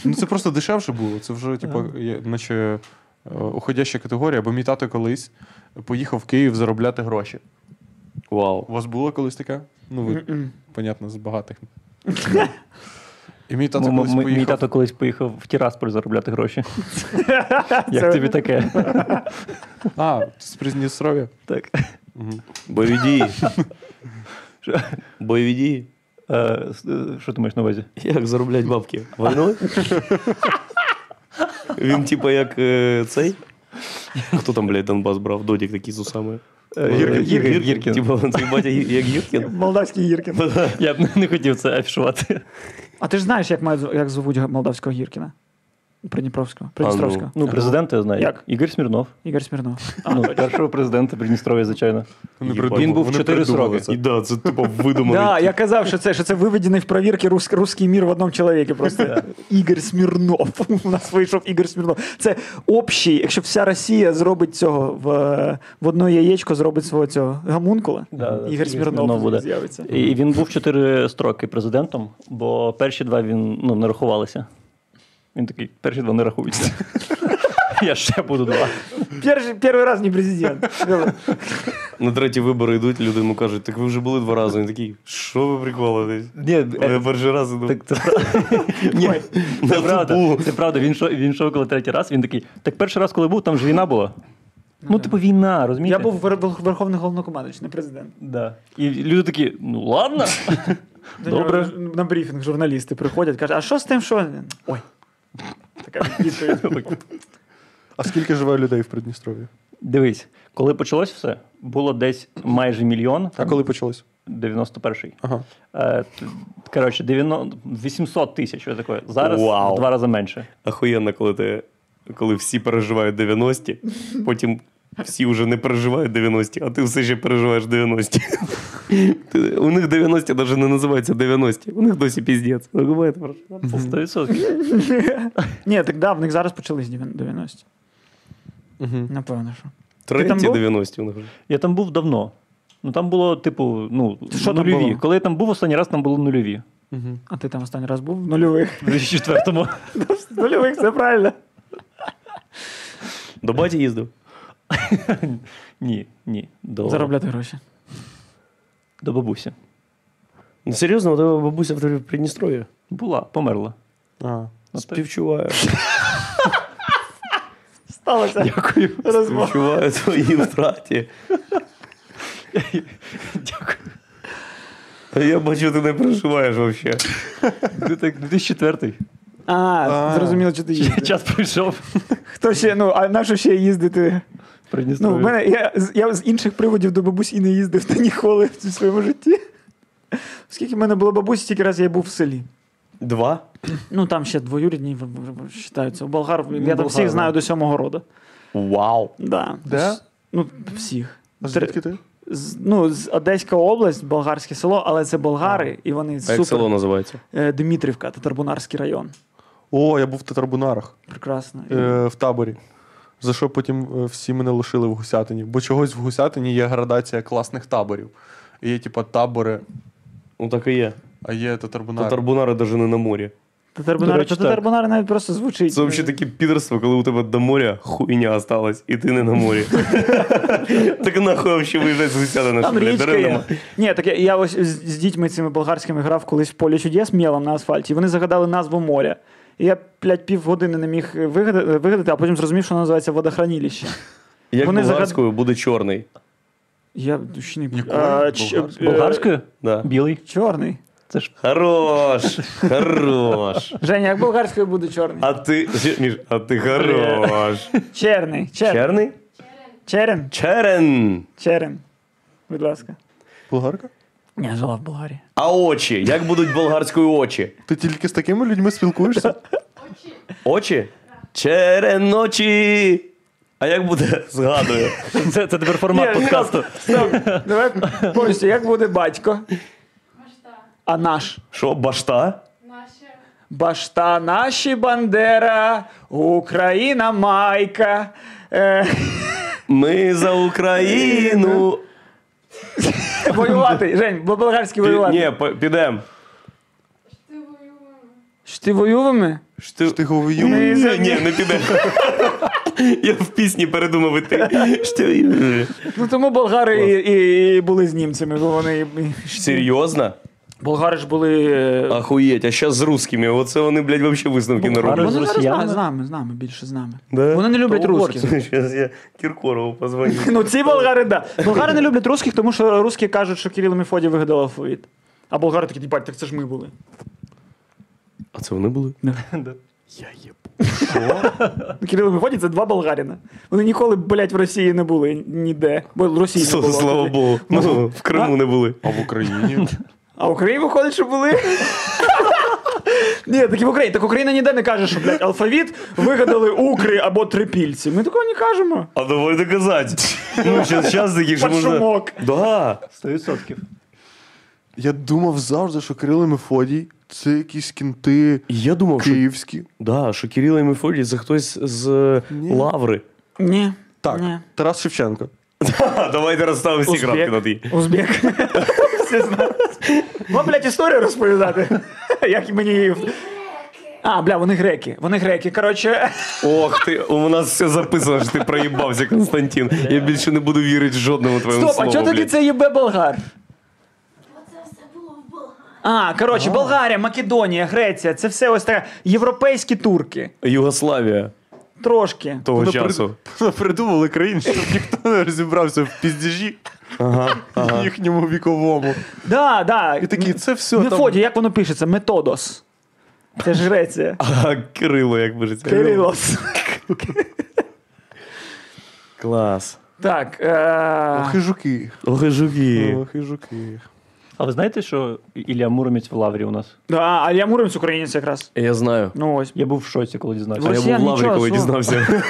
S4: Ну це просто дешевше було. Це вже, типу, є- наче е, уходяща категорія, бо мій тато колись поїхав в Київ заробляти гроші.
S3: Вау.
S4: У вас було колись таке? Ну, ви,
S1: М-м.
S4: понятно, з багатих. І мій тато
S2: М-
S4: колись
S2: м- Мій
S4: поїхав.
S2: тато колись поїхав в Тірасполь заробляти гроші.
S1: Це-
S2: Як тобі таке?
S4: А, ти з Придністров'я?
S2: Так.
S3: Бойові дії. Бойові дії.
S2: Е, с- е, Що ти маєш на увазі?
S3: Як зароблять бабки? Війною? Він, типа, як е, цей. Хто там, блядь, Донбас брав? Додік такий з усами.
S2: Е,
S3: Е,
S2: Гіркін. Гіркін.
S3: Типа, цей батя Гі- як Гіркін.
S1: Молдавський Гіркін.
S2: Я б не хотів це афішувати.
S1: А ти ж знаєш, як мають як звуть молдавського Гіркіна? Придніпровського. Придністровського.
S2: Ну, президента я знаю.
S1: Як?
S2: Ігор Смірнов.
S1: Ігор Смірнов.
S2: Ну, першого президента Придністров'я, звичайно.
S4: Вони
S3: Їбать.
S4: придумали-
S2: Він був
S4: вони
S2: чотири
S4: придумали
S2: сроки.
S4: це.
S3: І да, це типа
S1: Да,
S3: видуманий.
S1: я казав, що це, що це виведений в провірки рус, русський мір в одному чоловіку. Просто Ігор Смірнов. У нас вийшов Ігор Смірнов. Це общий, якщо вся Росія зробить цього в, е, в одно яєчко, зробить свого цього гамункула.
S2: Да, да,
S1: Ігор Смірнов буде. з'явиться.
S2: І він був чотири строки президентом, бо перші два він ну, не рахувалися. Він такий, перші два не рахуються. Я ще буду два.
S1: Перший, перший раз не президент.
S3: На треті вибори йдуть, люди йому кажуть, так ви вже були два рази. Він такий, що ви приколитесь?
S2: Ні,
S3: Я
S2: е,
S3: перший раз іду.
S2: так це правда. Ні,
S1: Ой,
S2: Це правда. Це правда. Він шов, він шов коли третій раз. Він такий. Так перший раз, коли був, там ж війна була. Ну, типу, війна, розумієте?
S1: Я був вер- верховний головнокомандуючий, не президент.
S2: Да. І люди такі, ну ладно.
S1: До нього
S2: Добре.
S1: ж- на брифінг журналісти приходять, кажуть, а що з тим, що? Ой. Така відповідь.
S4: А скільки живе людей в Придністров'ї?
S2: Дивись, коли почалось все, було десь майже мільйон,
S4: А коли почалось?
S2: 91-й.
S4: Ага.
S2: Е, т- Коротше, 90 800 тисяч, що таке. Зараз
S3: Вау.
S2: в два рази менше.
S3: Ахуєнно, коли ти коли всі переживають 90-ті, потім всі вже не переживають 90-ті, а ти все ще переживаєш 90-ті. Ти- У них 90-ті навіть не називаються 90-ті. У них досі піздець. Ви думаєте про що?
S2: Це 100%.
S1: Ні, так да, в них зараз почались 90-ті.
S4: Угу.
S1: Напевно, що. там
S3: Треті
S1: був?
S3: 90-ті у них вже.
S2: Я там був давно. Ну там було, типу, ну,
S1: Що там
S2: нульові.
S1: було?
S2: Коли я там був останній раз, там було нульові.
S4: Угу.
S1: А ти там останній раз був? В нульових.
S2: В 2004-му.
S1: В нульових, все правильно.
S3: До баті їздив.
S2: Ні, ні. До,
S1: Заробляти гроші.
S2: до бабусі.
S3: Ну серйозно, у тебе бабуся в тебе в Придністров'ї?
S2: Була, померла. Ну,
S4: А.
S3: Співчуваю.
S1: Сталося.
S2: Дякую.
S1: Розмова.
S3: Співчуваю твоїй втраті.
S2: Дякую.
S3: А я бачу, ти не переживаєш взагалі.
S2: Ти так 2004
S1: А,
S4: А.
S1: зрозуміло, що ти їздиш.
S2: Час прийшов.
S1: Хто ще, ну, а на що ще їздити? Ну, в
S2: Придністров'я.
S1: мене, я, з- я з інших приводів до бабусі не їздив та ніколи в своєму житті. Скільки в мене було бабусі, стільки раз я був в селі.
S3: Два?
S1: Ну, там ще двоюрідні в- в- в- вважаються. У болгар, я
S4: болгар,
S1: там всіх
S4: да.
S1: знаю до сьомого роду.
S3: Вау.
S1: Да.
S4: Де?
S1: Ну, всіх.
S4: А
S1: Три-
S4: звідки ти?
S1: з, ну, з Одеська область, болгарське село, але це болгари, і вони
S3: А
S1: супер.
S3: як село називається?
S1: Е, Дмитрівка, Татарбунарський район.
S4: О, я був в Татарбунарах.
S1: Прекрасно.
S4: е, в таборі. За що потім е, всі мене лишили в Гусятині. Бо чогось в Гусятині є градація класних таборів. І є, типа, табори.
S3: Ну так і є.
S4: А є татарбунар.
S3: Татарбунари навіть не на морі.
S1: Татарбунари,
S2: речі,
S1: та татарбунари навіть просто звучить. е,
S3: Це взагалі таке підерство, коли у тебе до моря хуйня осталась, і ти не на морі. Так нахуй взагалі виїжджати з гусяти на
S1: Там
S3: шаблі
S1: річка є.
S3: деревними.
S1: Ні, так я, я ось з, з дітьми цими болгарськими грав колись в полі чудес мілом на асфальті. і Вони загадали назву моря. І я, блядь, півгодини не міг вигадати, вигадати, а потім зрозумів, що воно називається водохранилище.
S3: Як
S1: Вони загад-
S3: болгарською буде чорний.
S1: Я ще не
S4: Ніколи
S1: А, ч-
S4: болгарською.
S1: е,
S2: Болгарською?
S3: Да.
S2: Білий.
S1: Чорний.
S2: Це ж
S3: Хорош! Хорош!
S1: Женя, як болгарською буде чорний?
S3: А ти. Жі- Міш, а ти хорош!
S1: Черний. Чер...
S3: Черний?
S1: Черен.
S3: Черен!
S1: Черен. Будь ласка.
S4: Болгарка?
S1: Я жила в Болгарії.
S3: А очі? Як будуть болгарською очі?
S4: Ти тільки з такими людьми спілкуєшся?
S3: Очі? Черен очі! А як буде? Згадую.
S2: Це, це тепер формат
S1: Ні, ні,
S2: подкасту.
S1: Стоп, давай повністю, як буде батько?
S5: Башта.
S1: А наш.
S3: Що, башта?
S5: Наші.
S1: Башта наші бандера, Україна майка. Е,
S3: Ми за Україну.
S1: воювати, Жень, бо болгарський
S3: Пі-
S1: воювати.
S3: Ні, по- підем.
S5: Ти воюємо.
S1: Що ти воювами?
S3: Ж ти-
S4: Ти типу, говорю.
S1: Ми за-
S3: Ні, не підем. Я в пісні передумав іти. Ж ти-
S1: Ну тому болгари і, і, і були з німцями, бо вони. і-
S3: Серйозно?
S1: Болгари ж були. е,
S3: Охуєть, а зараз з русскими. Оце вони, блядь, вообще висновки не
S2: Болгари
S3: роблять.
S1: Вони зараз
S2: росіянами?
S1: з нами, з нами, більше з нами.
S3: Да?
S1: Вони не люблять
S2: То
S1: русських.
S3: Зараз я Кіркорову позвоню.
S1: Ну, ці болгари, да. Болгари не люблять русських, тому що русські кажуть, що Кирило Мефодій вигадав алфавіт. А болгари такі, «Їбать, так це ж ми були.
S3: А це вони були?
S1: Ну, Кирило Мефодій це два болгаріна. Вони ніколи, блядь, в Росії не були ніде. Бо в Росії не
S3: Слава,
S1: було.
S3: слава
S1: тоді.
S3: Богу. Ну, в Криму не були.
S4: А в Україні?
S1: А в Україні виходить, що були. Ні, так і в Україні. Так Україна ніде не каже, що, блядь, алфавіт вигадали укри або трипільці. Ми такого не кажемо.
S3: А давай доказати. Ну, зараз такі, що можна...
S1: Паршумок.
S3: Да.
S2: 100%.
S4: Я думав завжди, що Кирило Мефодій це якісь кінти
S3: Я думав, що,
S4: київські.
S3: да, що Кирило і Мефодій це хтось з е, Лаври.
S1: Ні.
S4: Так,
S1: Ні.
S4: Тарас Шевченко.
S3: Ха, Давайте розставимо всі
S1: Узбек.
S3: крапки на «і».
S1: Узбек. Всі знають. Вам, блядь, історію розповідати. Як мені її. в- А, бля, вони греки. Вони греки. Коротше,
S3: Ох ти, у нас все записано, що ти проїбався, Константин. Я більше не буду вірити жодному твоєму
S1: стоп, а
S3: слову.
S1: чого тоді
S3: блядь.
S1: це єбе болгар?
S5: Бо це все було в
S1: А,
S5: Болгарії.
S1: коротше, Болгарія, Македонія, Греція це все ось таке європейські турки.
S3: Югославія
S1: Трошки.
S3: того
S4: Вона
S3: часу.
S4: при- Придумали країн, щоб ніхто не розібрався в піздіжі їхньому віковому.
S1: Да, да.
S4: І такі, це все. там-
S1: Мефодій, як воно пишеться? Методос. Це ж Греція.
S3: А Кирило, як пишеться.
S1: Кирилос.
S3: Клас.
S1: Так. е,
S4: Хижуки.
S3: Ох, жуки.
S4: Хижуки.
S2: А ви знаєте, що Ілля Муромець в лаврі у нас?
S1: Да, а я Муромець українець якраз.
S3: Я знаю.
S1: Ну ось.
S2: Я був в шоці, коли дізнався.
S1: Ви-
S3: А я був
S1: Росіян
S3: в лаврі,
S1: нічого
S3: коли
S1: свого.
S3: дізнався.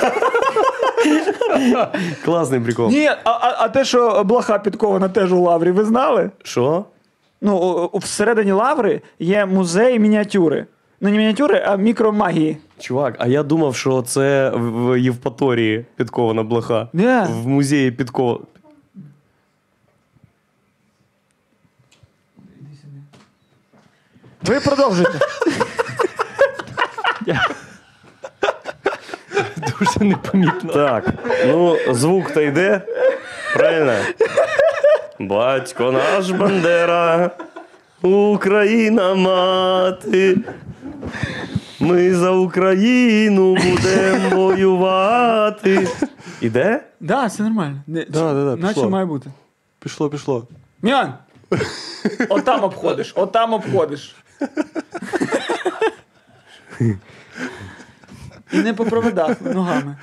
S3: Класний прикол.
S1: Ні, а, а, а те, що блаха підкована теж у лаврі, ви знали?
S3: Що?
S1: Ну, о- о, всередині лаври є музей мініатюри. Ну, не мініатюри, а мікромагії.
S3: Чувак, а я думав, що це в в Євпаторії підкована блоха.
S1: Не.
S3: В музеї підкова.
S1: Ви продовжуйте.
S2: Дуже непомітно.
S3: Так, ну звук то йде. Правильно? Батько наш Бандера, Україна мати. Ми за Україну будемо воювати. Іде?
S1: Да, все нормально. Не,
S4: Да, да, да,
S1: наче
S4: пішло.
S1: має бути.
S4: Пішло, пішло.
S1: Міан! Отам обходиш, отам обходиш. І не по проводах ногами.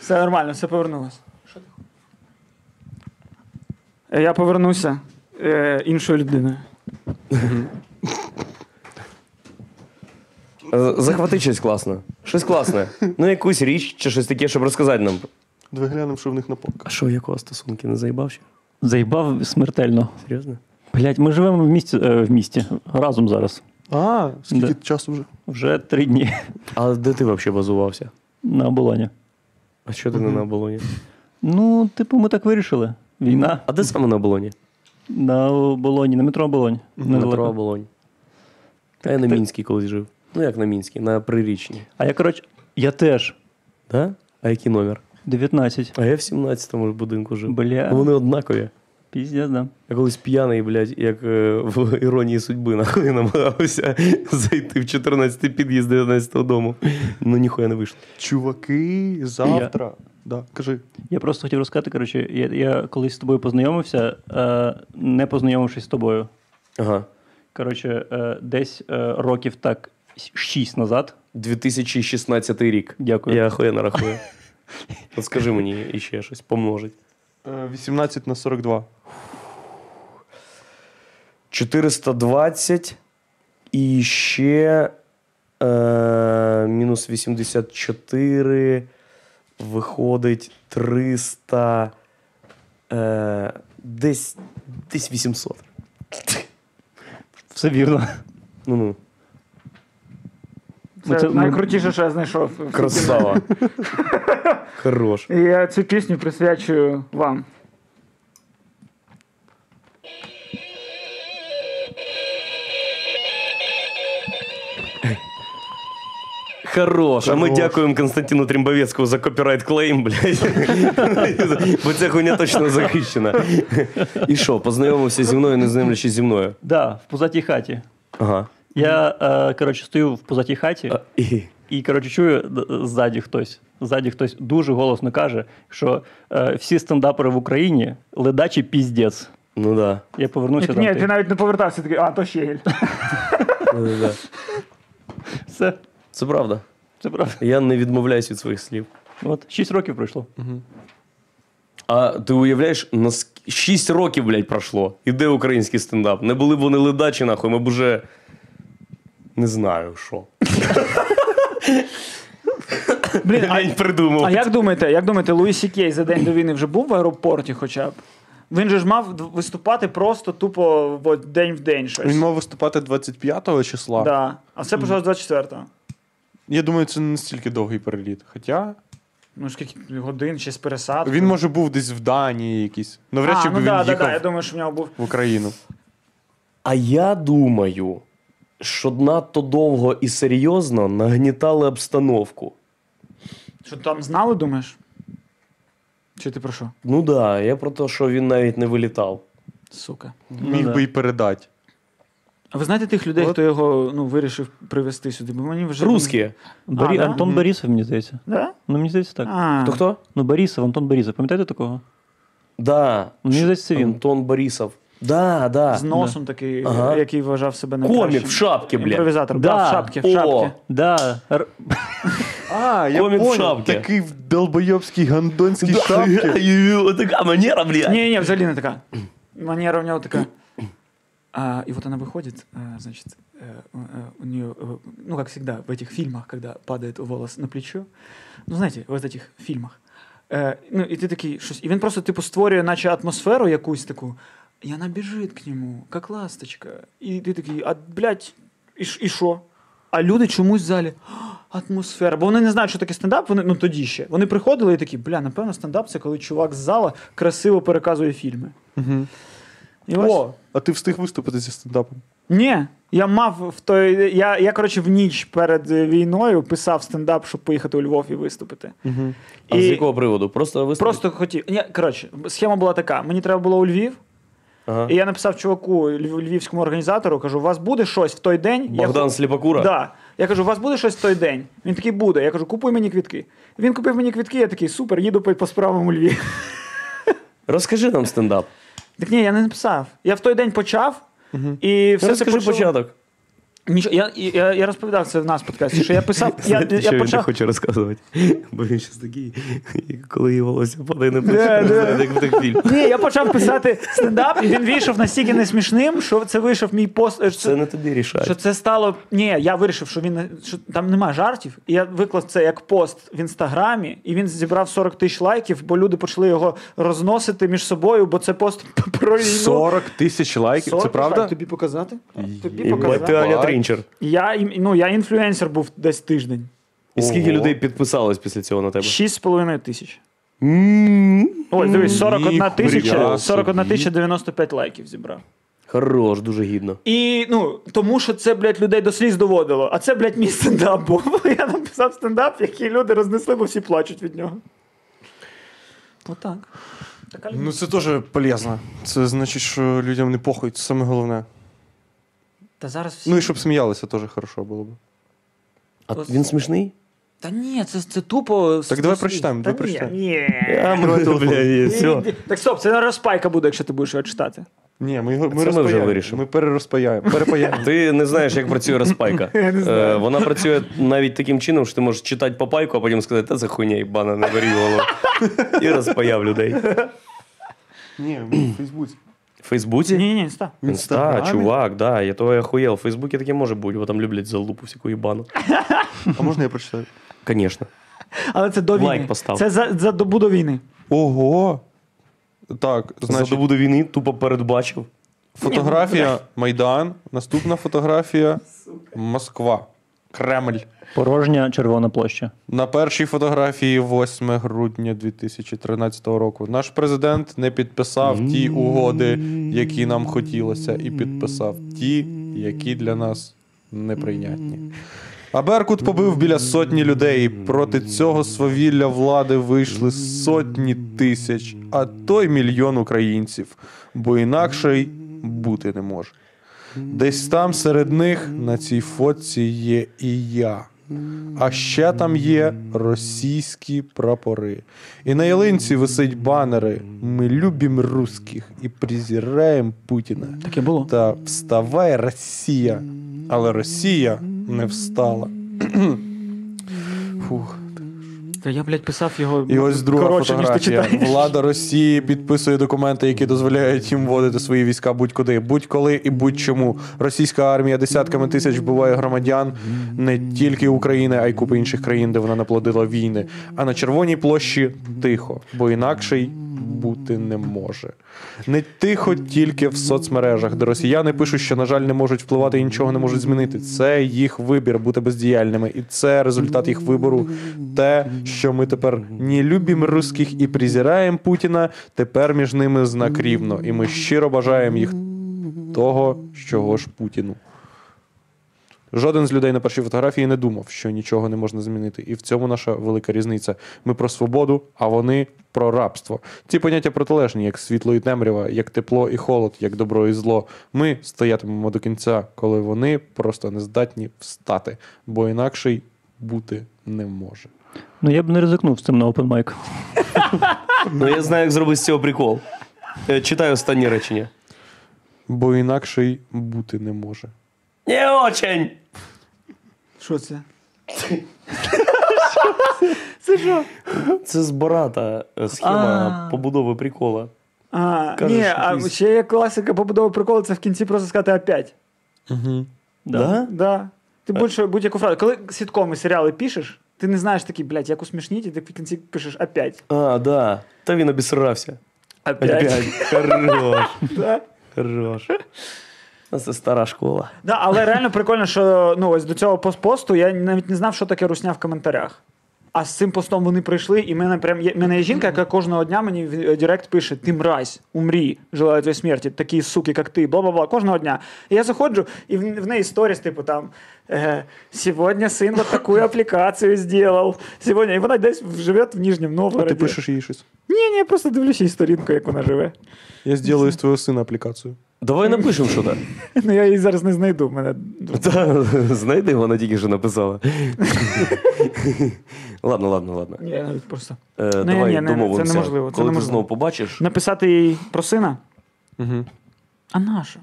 S1: Все нормально, все повернулося. Я повернуся е, іншою людиною.
S3: Е, Захвати щось класне. Щось класне. Ну, якусь річ чи щось таке, щоб розказати нам.
S4: Давай глянемо, що в них на полках.
S3: А що, якого стосунки не заїбав ще?
S2: Заїбав смертельно.
S3: Серйозно?
S2: Блять, ми живемо в місті е, в місті разом зараз.
S4: А, скільки
S2: Да.
S4: часу вже?
S2: Вже три дні
S3: А де ти взагалі базувався?
S2: на оболоні.
S3: А що ти не на оболоні?
S2: Ну, типу, ми так вирішили. Війна
S3: А де саме на оболоні?
S2: на оболоні, на метро оболонь.
S3: Метро
S2: недалеко.
S3: оболонь. А я на Мінській колись жив. Ну як на Мінській, на прирічній.
S2: А я, коротше, я теж
S3: Да? А який номер?
S2: 19.
S3: А я в 17-му ж будинку жив.
S2: Бля.
S3: Вони однакові.
S2: Піздець, да.
S3: Я колись п'яний, блядь, як е, в іронії судьби нахуй намагався зайти в 14 й під'їзд 11-го дому. Ну ніхуя не вийшло.
S4: Чуваки, завтра. Да, кажи.
S2: Я просто хотів розказати, коротше, я, я колись з тобою познайомився, е, не познайомившись з тобою.
S3: Ага.
S2: Коротше, е, десь е, років так 6 назад.
S3: 2016 рік.
S2: Дякую.
S3: Я охуєнно рахую. От скажи мені іще щось, помножить.
S4: Е, 18 на 42.
S3: 420 і ще е, мінус 84 виходить 300 е, десь, десь 800.
S2: Все вірно.
S3: Ну, ну,
S1: Це,
S2: Ну, це-
S1: найкрутіше, що я знайшов.
S3: красава. Хорош.
S1: І я цю пісню присвячую вам.
S3: Хорош. А ми дякуємо Константину Трімбовецькому за копірайт клейм, блядь. Бо ця хуйня точно захищена. І що, познайомився зі мною, не знайомлячись зі мною.
S2: Да, в позатій хаті.
S3: Ага.
S2: Я, е, коротше, стою в позатій хаті
S3: А, і-
S2: і, коротше, чую д- ззаді хтось. Ззаді хтось дуже голосно каже, що е, всі стендапери в Україні ледачі піздець.
S3: Ну да.
S2: Я повернуся там.
S1: Ні,
S2: ти-
S1: ти навіть не повертався такий, а то Щегель.
S3: Да-да-да.
S2: Все,
S3: Це правда.
S2: це правда.
S3: Я не відмовляюсь від своїх слів.
S2: От, 6 років пройшло.
S3: А ти уявляєш, на 6 років, блядь, пройшло. І де український стендап? Не були б вони ледачі, нахуй, ми б уже. Не знаю, що.
S1: Блін, а,
S3: Лень придумав.
S1: а як думаєте, як думаєте, Луї Сікей за день до війни вже був в аеропорті хоча б? Він же ж мав д- виступати просто тупо от, день в день щось.
S4: Він мав виступати 25 числа.
S1: Да. А це почалось 24-го.
S4: Я думаю, це не настільки довгий переліт. Хоча
S1: Ну, скільки годин, ще з пересадкою.
S4: він може був десь в Данії якийсь. Навряд чи
S1: а,
S4: б
S1: ну
S4: він
S1: да, да,
S4: їхав
S1: да, я думаю, що в нього був.
S4: в Україну.
S3: А я думаю, що надто довго і серйозно нагнітали обстановку.
S1: Що там знали, думаєш? Чи ти про що?
S3: Ну да, я про те, що він навіть не вилітав.
S1: Сука.
S4: Міг
S2: да.
S4: би і передати.
S1: А ви знаєте тих людей,
S4: От.
S1: хто його ну, вирішив привезти сюди? Бо мені вже.
S3: Русські.
S2: Борі...
S1: да?
S2: Антон
S1: Мгм.
S2: Борисов, мені здається.
S1: Да?
S2: Ну, мені здається, так.
S1: А,
S3: Хто хто?
S2: Ну, Борисов, Антон Борисов, пам'ятаєте такого?
S3: Да.
S2: Мені здається, це він.
S3: Антон Борисов. Да, да.
S1: з носом такий,
S3: Ага.
S1: який вважав себе найкращим.
S3: Комік в шапці, блядь.
S1: Імпровізатор, да, в шапці, в
S3: О,
S1: шапці.
S2: Да. Р...
S4: А, я
S3: Комік в
S4: понял.
S3: шапці.
S4: Такий в долбойобській гандонській шапці.
S3: Така манера, блядь.
S1: Не, не, взагалі не така. Манера у нього така. А, и вот она выходит, а, значит, э, э, у нее, э, ну, как всегда, в этих фильмах, когда падает волос на плечо, ну, знаете, в этих фильмах, Э, ну, и ты такий, щось, і він просто, типу, створює наче атмосферу якусь таку, і вона біжить к нему, как ласточка, і ти такий, а, блядь, і, ш- і що? А люди чомусь в залі, «А, атмосфера, бо вони не знають, що таке стендап, вони, ну, тоді ще, вони приходили і такі, бля, напевно, стендап це коли чувак з зала красиво переказує фільми. І ось-
S4: О, а ти встиг виступити зі стендапом.
S1: ні, я мав в той. Я, я коротше в ніч перед е, війною писав стендап, щоб поїхати у Львов і виступити.
S3: А з якого приводу? Просто виставити?
S1: Просто хотів. Ні, коротше, схема була така: мені треба було у Львів,
S3: Ага.
S1: і я написав чуваку, льв- львівському організатору, кажу, у вас буде щось в той день. Я
S3: Богдан
S1: хо-
S3: Сліпакура?
S1: Да. Я кажу, у вас буде щось в той день. Він такий буде. Я кажу, купуй мені квітки. Він купив мені квітки, я такий, супер, їду по, по справам у Львів.
S3: Розкажи нам стендап.
S1: Так ні, я не написав. Я в той день почав. І все це
S3: Ну, Розкажи
S1: почало-
S3: початок.
S1: Нічого, я, я, я розповідав це в нас в подкасті, що я писав, я, я, почав,
S3: хочу розказувати. Бо він щас такий, коли її волосся падає на
S1: Да, да.
S3: як в тих фільм.
S1: Ні, я почав писати стендап, і він вийшов настільки несмішним, що це вийшов мій пост. е,
S3: Це
S1: Що,
S3: не тобі рішать.
S1: що це стало. Ні, я вирішив, що він не- що там нема жартів. І я виклав це як пост в інстаграмі, і він зібрав 40 тисяч лайків, бо люди почали його розносити між собою, бо це пост про війну.
S4: 40 тисяч Ну, лайків.
S1: 40
S4: Це
S1: тисяч
S4: правда?
S1: лайків. Тобі показати? Тобі
S3: І бать, ти
S1: показати.
S3: Аня Трінчер.
S1: Я ім- ну я інфлюенсер був десь тиждень.
S3: І скільки
S4: Ого.
S3: людей підписалось після цього на тебе?
S1: 6,5 тисяч. Ось, дивись, 41
S4: Ніхуя
S1: тисяча,
S4: собі.
S1: 41 тисяча 95 лайків зібрав.
S3: Хорош, дуже гідно.
S1: І ну, тому що це, блядь, людей до сліз доводило. А це, блядь, мій стендап був. Я написав стендап, який люди рознесли, бо всі плачуть від нього. Отак. Така людина.
S4: Ну це теж полезно. Це значить, що людям не похуй, це саме головне.
S1: Та зараз всі.
S4: Ну і щоб сміялися, теж хорошо було б.
S3: А він смішний?
S1: Та ні, це, це тупо.
S4: Так давай прочитаємо,
S1: Та
S4: давай прочитаємо.
S1: Ні. ні.
S3: А, ми бля, все.
S1: Ні, ні. Так стоп, це розпайка буде, якщо ти будеш його читати.
S4: Ні, ми його ми
S3: Це ми вже
S4: розпаяємо.
S3: вирішимо.
S4: Ми перерозпаяємо. Перепаяємо.
S3: Ти не знаєш, як працює розпайка. Е, Вона працює навіть таким чином, що ти можеш читати попайку, а потім сказати, та це хуйня їбана, не горі голову. І розпаяв людей.
S4: Ні, ми в Фейсбуці.
S3: В Фейсбуці?
S1: Ні, ні, ні, ста.
S3: В Інста, чувак, да, я того охуєл. В Фейсбуці таке може бути, бо там люблять залупу всяку їбану.
S4: А можна я прочитаю?
S3: Звісно.
S1: Але це до війни.
S3: Лайк постав.
S1: Це за, за добу до війни.
S4: Ого. Так,
S3: За
S4: значить,
S3: добу до війни тупо передбачив.
S4: фотографія Майдан, наступна фотографія Москва. Кремль.
S2: Порожня червона площа.
S4: На першій фотографії 8 грудня 2013 року. Наш президент не підписав ті угоди, які нам хотілося, і підписав ті, які для нас неприйнятні. А Беркут побив біля сотні людей. Проти цього свавілля влади вийшли сотні тисяч, а то й мільйон українців, бо інакше й бути не може. Десь там серед них на цій фотці є і я. А ще там є російські прапори. І на ялинці висить банери. Ми любимо русських і презираємо Путіна.
S1: Таке було.
S4: Та вставай, Росія. Але Росія не встала. Фух.
S1: Та я, блядь, писав його
S4: І ось друга
S1: Ну, коротше,
S4: фотографія.
S1: ніж ти читаєш.
S4: Влада Росії підписує документи, які дозволяють їм вводити свої війська будь-куди, будь-коли і будь-чому. Російська армія десятками тисяч вбиває громадян не тільки України, а й купи інших країн, де вона наплодила війни. А на Червоній площі тихо, бо інакше й бути не може. Не тихо тільки в соцмережах, де росіяни пишуть, що на жаль не можуть впливати і нічого не можуть змінити. Це їх вибір бути бездіяльними, і це результат їх вибору. Те, що ми тепер не любимо русських і презираємо Путіна, тепер між ними знак рівно, і ми щиро бажаємо їх того, чого ж Путіну. Жоден з людей на першій фотографії не думав, що нічого не можна змінити. І в цьому наша велика різниця. Ми про свободу, а вони про рабство. Ці поняття протилежні, як світло і темрява, як тепло і холод, як добро і зло. Ми стоятимемо до кінця, коли вони просто не здатні встати, бо інакше й бути не може.
S2: Ну я б не ризикнув з цим на Open Mic.
S3: Ну я знаю, як зробити з цього прикол. Е, Читаю останнє речення.
S4: Бо інакше й бути не може.
S3: Не очень!
S1: Що це?
S3: Це з Бората е, схема побудови прикола.
S1: А,
S3: Кажеш,
S1: ні, а
S3: якийсь-
S1: ще є класика побудови приколу, це в кінці просто сказати опять.
S3: Да?
S1: Да. Ти будь-що, будь-яку фразу. Коли сіткоми серіали пишеш, ти не знаєш такий, блядь, як усмішніть, і ти в кінці пишеш опять.
S3: А, да. Та він обісрався.
S1: Опять.
S3: Хорош.
S1: Да.
S3: Хорош. А Це стара школа.
S1: Да, але реально прикольно, що ну, ось до цього постпосту я навіть не знав, що таке русня в коментарях. А з цим постом вони прийшли, і мене прям є, мене є жінка, яка кожного дня мені в е, Директ пише: Ти мразь, умрі, желаю твоєї смерті, такі суки, як ти, бла бла бла. Кожного дня. І я заходжу, і в, в неї сторіс, типу там е, сьогодні син вот таку аплікацію зробив. Сьогодні, і вона десь живе в Нижньому
S4: А
S1: Новгороді.
S4: ти пишеш їй щось.
S1: Ні, ні, я просто дивлюся її сторінку, як вона живе.
S4: Я зроблю з твого сина аплікацію.
S3: Давай напишемо що там.
S1: Ну я її зараз не знайду. в Мене
S3: Та, знайди, вона тільки що написала. ладно, ладно, ладно.
S1: Ні, я навіть просто.
S3: Е,
S1: Ні,
S3: давай
S1: ні, ні,
S3: домовимося.
S1: це неможливо, це
S3: Коли ти
S1: неможливо.
S3: знову побачиш,
S1: Написати їй про сина?
S4: Угу.
S1: А наша?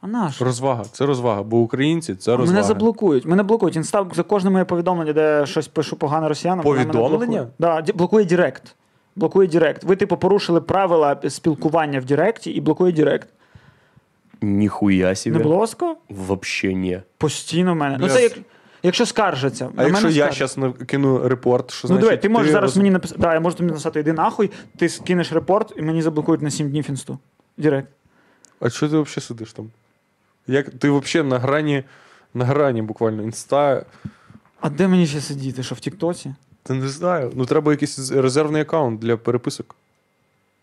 S1: А наша?
S4: Розвага, це розвага, бо українці це розвага.
S1: Мене заблокують. Мене блокують. Інста за кожне моє повідомлення, де щось пишу погано росіянам. вона мене
S4: Повідомлення?
S1: блокує. Да, ді- блокує Директ. Блокує Директ. Ви, типу, порушили правила спілкування в Директі і блокує Директ.
S3: ніхуя
S1: Не
S3: себе.
S1: було ласко?
S3: Вообще ні.
S1: Постійно мене. Ну,
S4: Бля,
S1: це
S4: с-
S1: як, якщо скаржаться.
S4: А якщо я зараз кину репорт,
S1: Ну,
S4: що значить...
S1: диви, ти можеш зараз
S4: роз-
S1: мені написати. Да, я можу тобі написати, іди нахуй, ти скинеш репорт і мені заблокують на 7 днів інсту. Директ.
S4: А що ти взагалі сидиш там? Як ти взагалі на грані, на грані буквально інста.
S1: А де мені ще сидіти? Що в Тіктоці?
S4: Та не знаю. Ну треба якийсь резервний аккаунт для переписок.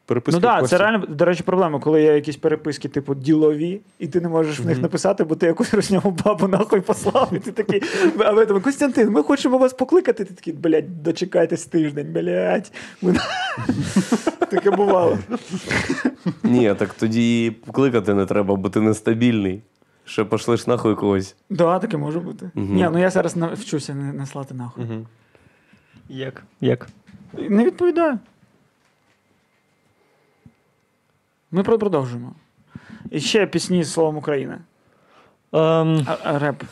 S4: переписки.
S1: Ну так,
S4: в
S1: це
S4: Кості.
S1: реально, до речі, проблема, коли є якісь переписки, типу, ділові, і ти не можеш в них написати, бо ти якусь русняву бабу нахуй послав, і ти такий, а ви там, Костянтин, ми хочемо вас покликати. Ти такий, блядь, дочекайтесь тиждень, блядь. Ми- Таке бувало.
S3: Ні, так тоді кликати не треба, бо ти нестабільний. Ще пошлеш нахуй когось.
S1: Да, таке може бути.
S3: Мгм.
S1: Ні, ну я зараз на- вчуся не, не слати нахуй.
S4: Мгм.
S2: Як? Як?
S1: Не відповідаю. Ми про- продовжуємо. І ще пісні з словом Україна.
S2: Ем,
S1: А- а, Реп.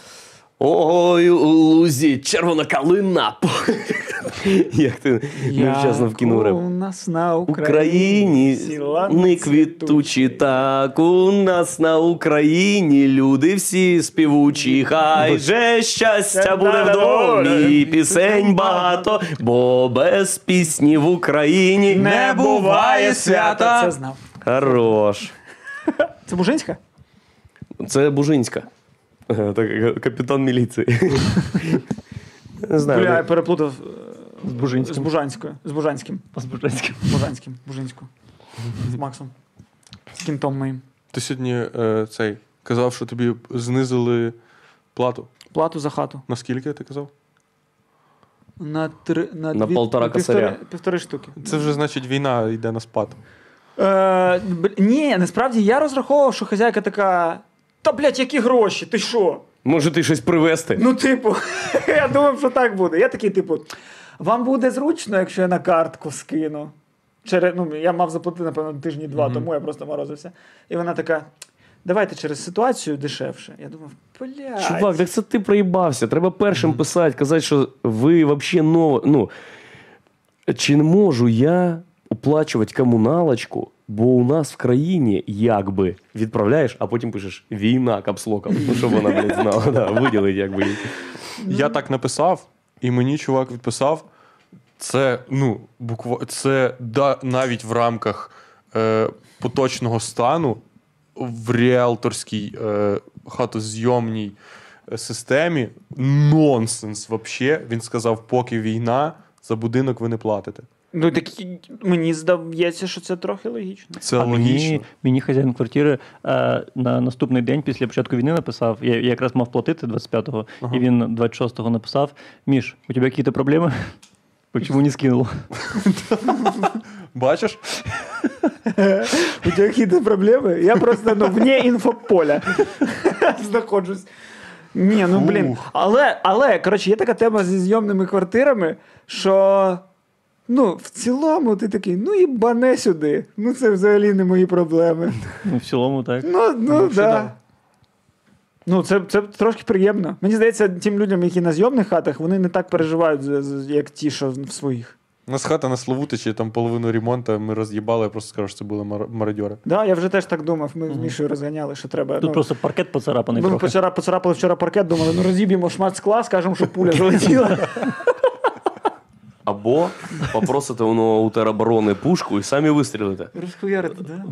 S3: Ой, у лузі, червона калина. Як ти невчасно вкинув реп.
S1: У нас на Україні
S3: Україні
S1: сіла
S3: не квітучі, так у нас на Україні люди всі співучі. Хай же щастя буде в домі, пісень багато, бо без пісні в Україні не буває
S1: Це
S3: свята.
S1: знав.
S3: Хорош.
S1: Це Бужинська?
S3: Це Бужинська. Е, Так, капітан міліції. Не знаю.
S1: Бля, я
S3: де-
S1: переплутав
S2: з
S1: е, з
S2: Бужинським.
S1: Бужанською. З Бужанським.
S2: З Бужинським.
S1: Бужанським. Бужинську. З Максом. З кінтом моїм.
S4: Ти сьогодні е, цей казав, що тобі знизили плату.
S1: Плату за хату.
S4: Наскільки ти казав?
S1: На, три, на,
S3: На полтора косаря.
S1: Півтори, півтори штуки.
S4: Це вже значить війна йде на спад.
S1: Е, бл- ні, насправді я розраховував, що хазяйка така. Та блядь, які гроші? Ти що?
S3: Може ти щось привезти?
S1: Ну, типу, я думав, що так буде. Я такий, типу, вам буде зручно, якщо я на картку скину. Через, ну, я мав заплатити, напевно, тижні два, тому я просто морозився. І вона така: давайте через ситуацію дешевше. Я думав, блядь.
S3: Чувак, так це ти проїбався. Треба першим писати, казати, що ви взагалі ново. Ну, чи не можу я оплачувати комуналочку, бо у нас в країні якби відправляєш, а потім пишеш війна капслоком. Ну, щоб вона, блядь, знала, да, виділить якби. їй.
S4: Я так написав, і мені чувак відписав. Це, ну, буква... це да, навіть в рамках е, поточного стану в ріелторській е, хатозйомній е, системі нонсенс вообще. Він сказав, поки війна, за будинок ви не платите.
S1: Ну, так мені здається, що це трохи логічно.
S4: Це
S2: А
S4: логічно.
S2: Мені, мені хазяїн квартири е, на наступний день після початку війни написав. Я, я якраз мав платити 25-го, і він 26-го написав: Міш, у тебе якісь проблеми? Почему не скинув?
S4: Бачиш?
S1: У тебе якісь проблеми? Я просто ну, вне інфополя знаходжусь. Ні, ну блін.
S4: Фух.
S1: Але, але коротше, є така тема зі зйомними квартирами, що ну, в цілому ти такий, ну і бане сюди. Ну це взагалі не мої проблеми.
S2: Ну, в цілому, так.
S1: Ну, ну, да. Ну, це, це трошки приємно. Мені здається, тим людям, які на зйомних хатах, вони не так переживають, з- з- як ті, що в своїх.
S4: У нас хата на Славутичі, там половину ремонту ми роз'їбали, я просто скажу, що це були мар- мародьори.
S1: Да, я вже теж так думав. Ми з Мішою розганяли, що треба.
S2: Тут
S1: ну,
S2: просто паркет поцарапаний
S1: Ми
S2: трохи.
S1: поцара- поцарапали вчора паркет, думали, ну розіб'ємо шмат скла, скажемо, що пуля залетіла.
S3: Або попросите воно у тероборони пушку і самі вистрілите.
S1: Розхуярити, да?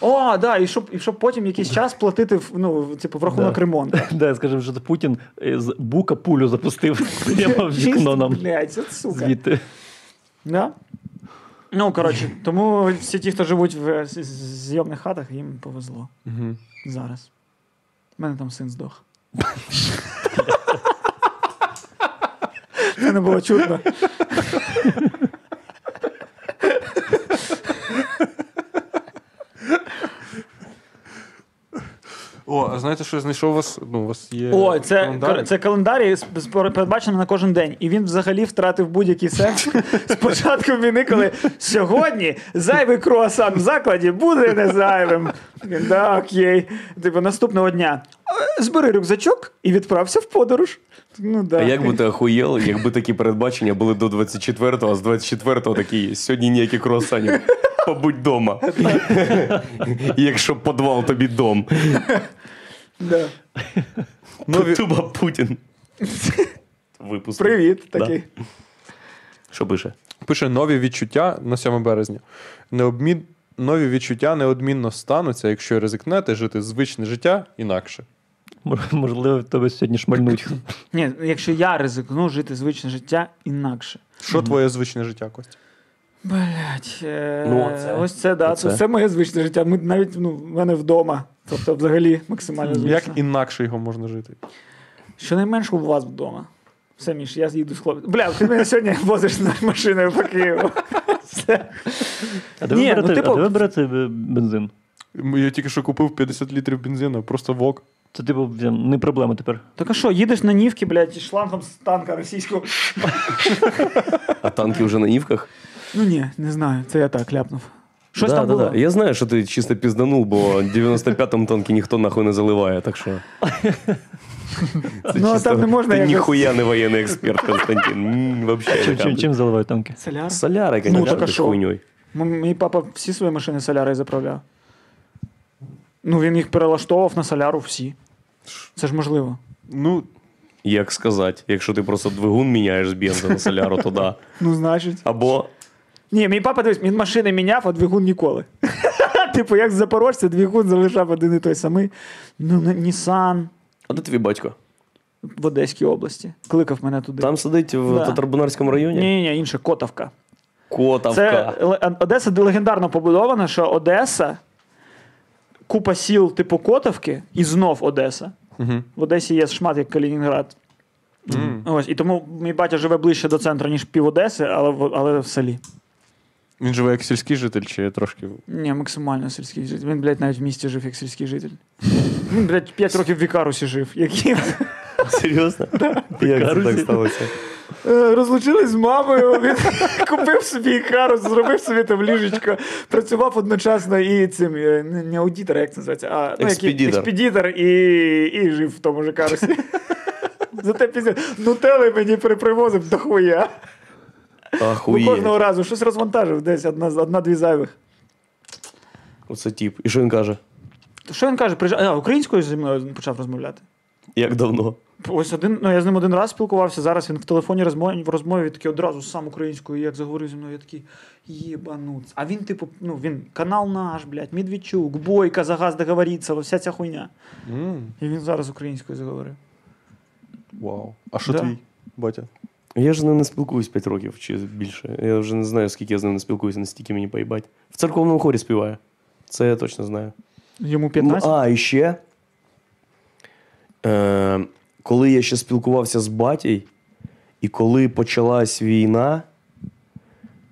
S1: О, да, і щоб, і щоб потім якийсь час платити в- ну, в- типу, в рахунок
S2: Да.
S1: ремонту.
S2: Да, скажемо, що це Путін е, з бука пулю запустив прямо в вікно нам
S1: Блядь, от сука.
S2: звідти.
S1: Да? Ну, коротше, тому всі ті, хто живуть в е, з- з- зйомних хатах, їм повезло
S4: Угу.
S1: зараз. У мене там син здох. Це не було чутно.
S4: О, а знаєте, що я знайшов у вас? Ну, у вас
S3: Е,
S4: є.
S1: О, це,
S4: календар?
S1: це календарі з- з- передбачено на кожен день. І він взагалі втратив будь-який сенс з початку війни, коли сьогодні зайвий круасан в закладі буде не зайвим. Да, окей. Типу, наступного дня. е, Збери рюкзачок і відправся в подорож. Ну, да.
S3: А як би ти охуєл, якби такі передбачення були до 24-го, а з 24-го такі сьогодні ніякі круасанів. Побудь дома. Якщо підвал тобі дом.
S1: да.
S4: Нові-
S3: Туба Путін. Випуск.
S1: Привіт,
S3: Да.
S1: такий.
S3: Що пише?
S4: Пише нові відчуття на 7 березня. Необмін... Нові відчуття неодмінно стануться, якщо ризикнете жити звичне життя інакше.
S2: Мож- Можливо, тебе сьогодні шмальнуть.
S1: Ні, якщо я ризикну жити звичне життя інакше.
S4: Що твоє звичне життя, Костя?
S1: Блять, е,
S3: Ну, оце.
S1: ось це да.
S3: Оце.
S1: Це, це моє звичне життя. Ми навіть ну, в мене вдома. Тобто, взагалі, максимально звично.
S4: Як інакше його можна жити?
S1: Щонайменше у вас вдома. Все, Міш, я їду з хлопцем. Бля, ти мене сьогодні возиш на машиною по Києву. Все.
S2: А де
S1: Ні,
S2: ви
S1: ну,
S2: берете-
S1: типу-
S2: а де ви берете б- бензин?
S4: М, Я тільки що купив 50 літрів бензину, просто вок.
S2: Це типу прям не проблема тепер.
S1: Так а що, їдеш на нівки, блядь, і шлангом з танка російського.
S3: А танки вже на нівках?
S1: Ну ні, не знаю, це я так ляпнув. Щось
S3: да,
S1: там
S3: да,
S1: було.
S3: Да. Я знаю, що ти чисто пізданув, бо 95-м танки ніхто нахуй не заливає, так що. Це
S1: Ну, а там не можна
S3: Ти
S1: якось-
S3: ніхуя не воєнний експерт, Константин. М, Вообще.
S2: Чим, чим,
S3: не
S2: чим заливають танки?
S1: Соляр?
S3: Соляри,
S1: Ну, так а
S3: конечно, з
S1: що?
S3: хуйньою.
S1: М- Мій папа всі свої машини солярою заправляв. Ну, він їх перелаштовував на соляру всі. Це ж можливо.
S4: Ну,
S3: Як сказати, якщо ти просто двигун міняєш з бензу на соляру, то да.
S1: Ну, значить.
S3: Або
S1: Ні, мій папа дивись, він машини міняв, а двигун ніколи. Типу, як з запорожця, двигун залишав один і той самий. Ну, на- Нісан
S3: а де твій батько?
S1: в Одеській області. Кликав мене туди.
S3: Там сидить в
S1: Да.
S3: Татарбунарському районі?
S1: Ні, ні, ні, інше, Котовка.
S3: Котовка.
S1: Це ле- Одеса де легендарно побудована, що Одеса, купа сіл типу Котовки, і знов Одеса.
S4: Мгм.
S1: В Одесі є шмат як Калінінград.
S4: м.
S1: Ось, і тому мій батя живе ближче до центру, ніж пів Одеси, але, в- але в селі.
S4: він живе як сільський житель, чи трошки.
S1: Ні, максимально сільський житель. Він, блядь, навіть в місті жив як сільський житель. Він, блядь, 5 років в Вікарусі жив. Які
S3: Серйозно? Як це так
S2: Карусі.
S3: сталося?
S1: Е, розлучились з мамою. Він купив собі Ікарус, зробив собі там ліжечко, працював одночасно і цим е, не не аудітор, як це називається, а ну, який-
S3: Експедітор.
S1: експедітор і, і жив в тому же карусі. Зате пізніше нутели мені при- привозив до хуя. Бо
S3: Ахуєть.
S1: Кожного разу щось розвантажив десь одна, одна-дві зайвих.
S3: Оце тіп. І що він каже?
S1: То що він каже? Приїжджає- А, українською зі мною почав розмовляти.
S3: Як давно?
S1: Ось один, ну я з ним один раз спілкувався. Зараз він в телефоні розмові в розмові такий одразу сам українською, як заговорив зі мною, я такий єбануц. А він, типу, ну він канал наш, блядь, Медведчук, Бойка, за газ договориться, вся ця хуйня.
S4: М,
S1: І він зараз українською заговорив.
S4: Вау. А що
S1: Да.
S4: твій батя?
S3: Я ж з ним не спілкуюсь 5 років чи більше. Я вже не знаю, скільки я з ним не спілкуюся, настільки мені поїбать. В церковному хорі співає. Це я точно знаю.
S1: Йому 15.
S3: Ну, а, і ще. Е, коли я ще спілкувався з батій, і коли почалась війна,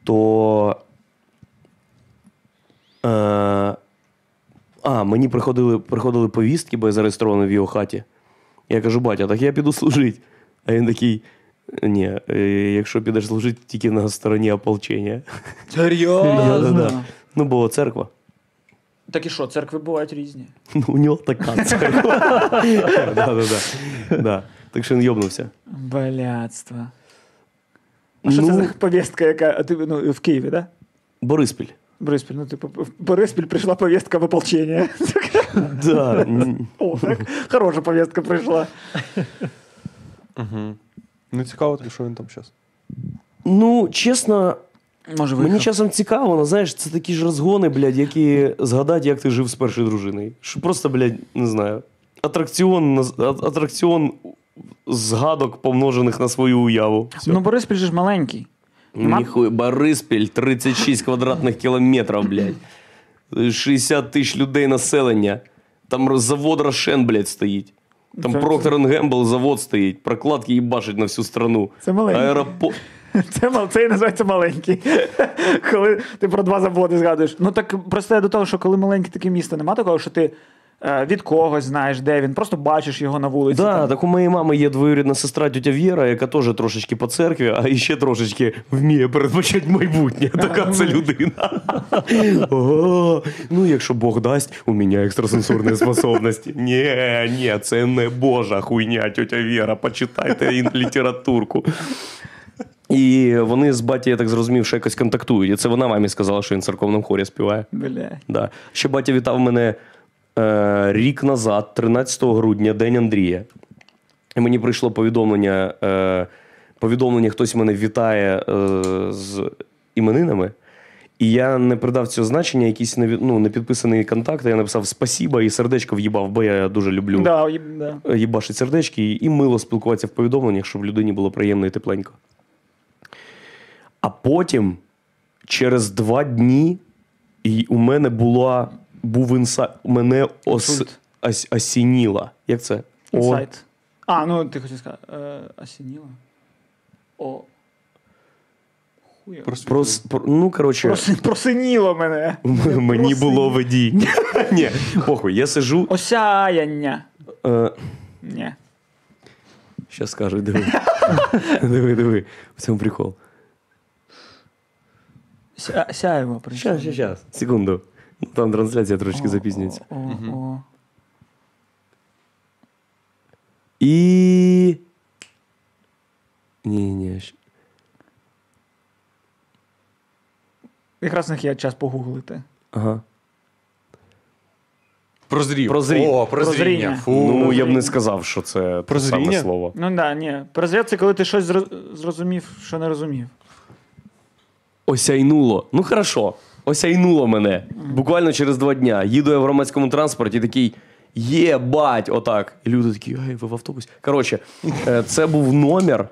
S3: то. Е, а, мені приходили, приходили повістки, бо я зареєстрований в його хаті. Я кажу, батя, так я піду служити. А він такий. Ні, е, якщо підеш служити тільки на стороні ополчення.
S1: Серйозно?
S3: Ну, бо церква.
S1: Так і що, церкви бувають різні.
S3: Ну, у нього така церква. Да-да-да. Да. Так що він йобнувся.
S1: Блядство. А що це
S3: Ну.
S1: за повістка, яка а ти, ну, в Києві, да?
S3: Бориспіль.
S1: Бориспіль, ну типу, в Бориспіль прийшла повістка в ополчення.
S3: Да. н-
S1: О, так, хороша повістка прийшла.
S4: Угу. Не цікаво, тобі, що він там зараз.
S3: Ну, чесно,
S1: Може,
S3: мені часом цікаво, але знаєш, це такі ж розгони, блядь, які згадать, як ти жив з першою дружиною. Що просто, блядь, не знаю. Атракціон, на- а- атракціон згадок, помножених на свою уяву. Всьо.
S1: Ну, Бориспіль же ж маленький. ма-
S3: Ніхуя, Бориспіль 36 квадратних кілометрів, блядь. 60 тисяч людей населення. Там роз- завод Рошен, блядь, стоїть. Там
S1: Це-
S3: Procter Gamble завод стоїть, прокладки їбашать на всю страну.
S1: Це маленький.
S3: Аеропорт.
S1: Це, мал- це і називається маленький. коли ти про два заводи згадуєш. Ну так просто я до того, що коли маленьке таке місто, нема такого, що ти е, від когось знаєш, де він, просто бачиш його на вулиці.
S3: Да,
S1: там.
S3: так у моєї мами є двоюрідна сестра тітя Віра, яка теж трошечки по церкві, а ще трошечки вміє передбачати майбутнє. Така це людина. О, Ну, якщо Бог дасть, у мене екстрасенсорні способності. Ні, ні, це не Божа хуйня, тітя Віра. Почитайте ін- літературку. І вони з баті, я так зрозумів, що якось контактують. І це вона мамі сказала, що він в церковному хорі співає.
S1: Бля.
S3: Да. Ще батя вітав мене е, рік назад, 13 грудня, День Андрія. І мені прийшло повідомлення. Е, повідомлення хтось мене вітає е, з іменинами. І я не придав цього значення, якісь неві- ну, непідписані контакти. Я написав спасіба і сердечко в'їбав, бо я дуже люблю
S1: Да, і- да.
S3: е, їбашить сердечки і мило спілкуватися в повідомленнях, щоб людині було приємно і тепленько. А потім, через два дні, і у мене була був інса... мене ос...
S1: Інсульт.
S3: ос... осініла. Як це? О...
S1: Сайт. А, ну ти хотів сказати. Е, осініла. О. Хуя.
S3: Прос... пр- Ну, коротше,
S1: Проси- Просиніло мене.
S3: м- мені було видіння. Ні, похуй, я сижу.
S1: Осяяння.
S3: Е...
S1: Ні.
S3: Щас скажу, диви. диви, диви. В цьому прикол.
S1: Ся- Сяємо прийшло.
S3: Щас, щас, щас. Секунду. Ну, Там трансляція трошечки запізнюється.
S1: О, о, о.
S3: І. Ні, ні. щ-
S1: Якраз в них є час погуглити.
S3: Ага.
S4: Прозрів.
S3: Прозрів.
S4: О, прозріння.
S1: Прозріння.
S4: Фу.
S3: ну, я б не сказав, що це те саме
S4: Прозріння?
S3: слово.
S1: Ну да, ні. Перезряд це коли ти щось зро- зрозумів, що не розумів.
S3: Осяйнуло. Ну, хорошо. Осяйнуло мене. Буквально через два дня. Їду я в громадському транспорті, такий. Єбать, отак. І люди такі, ей, ви в автобусі. Коротше, е, це був номер.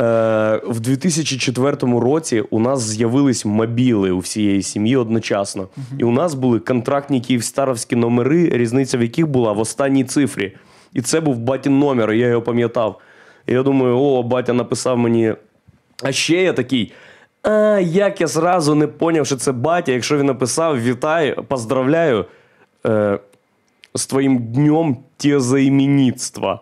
S3: Е, В 2004 році у нас з'явились мобіли у всієї сім'ї одночасно. І у нас були контрактні київстаровські номери, різниця в яких була в останній цифрі. І це був батін номер, і я його пам'ятав. І я думаю, о, батя написав мені. А ще я такий. А, як я зразу не поняв, що це батя, якщо він написав, вітаю, поздравляю е, з твоїм днем тезаіменітства.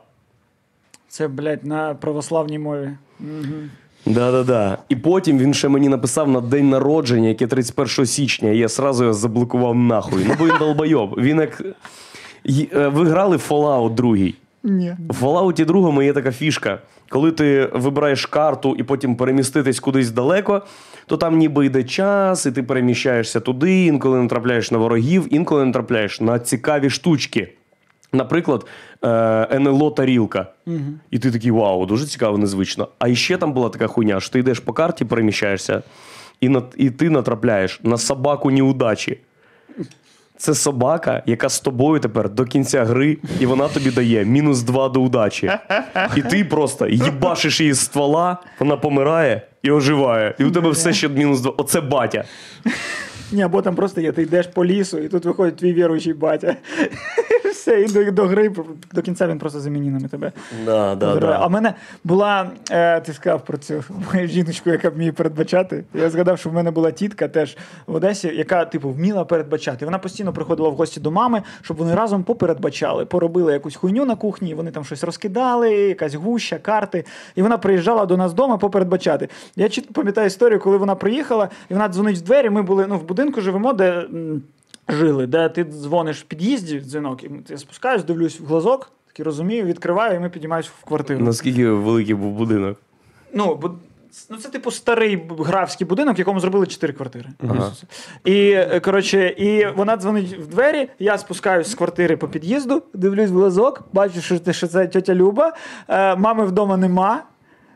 S1: Це, блядь, на православній мові. Мгм.
S3: Да-да-да. І потім він ще мені написав на день народження, яке 31 січня, і я сразу його заблокував нахуй. Ну, бо він долбойоб. Він як. Й- е, Ви грали в Fallout 2.
S1: Ні.
S3: В Fallout 2 є така фішка. Коли ти вибираєш карту і потім переміститись кудись далеко, то там ніби йде час, і ти переміщаєшся туди, інколи натрапляєш на ворогів, інколи натрапляєш на цікаві штучки. Наприклад, е, НЛО тарілка. І ти такий вау, дуже цікаво, незвично. А ще там була така хуйня, що ти йдеш по карті, переміщаєшся, і, на, і ти натрапляєш на собаку неудачі. Це собака, яка з тобою тепер до кінця гри, і вона тобі дає мінус два до удачі. І ти просто їбашиш її з ствола, вона помирає і оживає. І у тебе все ще мінус два. Оце батя.
S1: Ні, або там просто є, ти йдеш по лісу, і тут виходить твій віруючий батя. Все, і до, до гри до кінця він просто замінінами тебе.
S3: Да,
S1: А в мене була, е, ти сказав про цю мою жіночку, яка вміє передбачати. Я згадав, що в мене була тітка теж в Одесі, яка, типу, вміла передбачати. Вона постійно приходила в гості до мами, щоб вони разом попередбачали, поробили якусь хуйню на кухні, і вони там щось розкидали, якась гуща, карти. І вона приїжджала до нас вдома попередбачати. Я чітко пам'ятаю історію, коли вона приїхала, і вона дзвонить в двері. Ми були ну, в будинку живемо, де. м, Жили, де ти дзвониш в під'їзді дзвінок, і я спускаюсь, дивлюсь в глазок, такий розумію, відкриваю, і ми піднімаємось в квартиру.
S3: Наскільки великий був будинок?
S1: Ну, бо, ну це типу старий б- графський будинок, в якому зробили чотири квартири.
S3: Ага.
S1: І е, коротше, і вона дзвонить в двері. Я спускаюсь з квартири по під'їзду, дивлюсь в глазок, бачу, що, це- що це тьотя Люба. Е, мами вдома нема.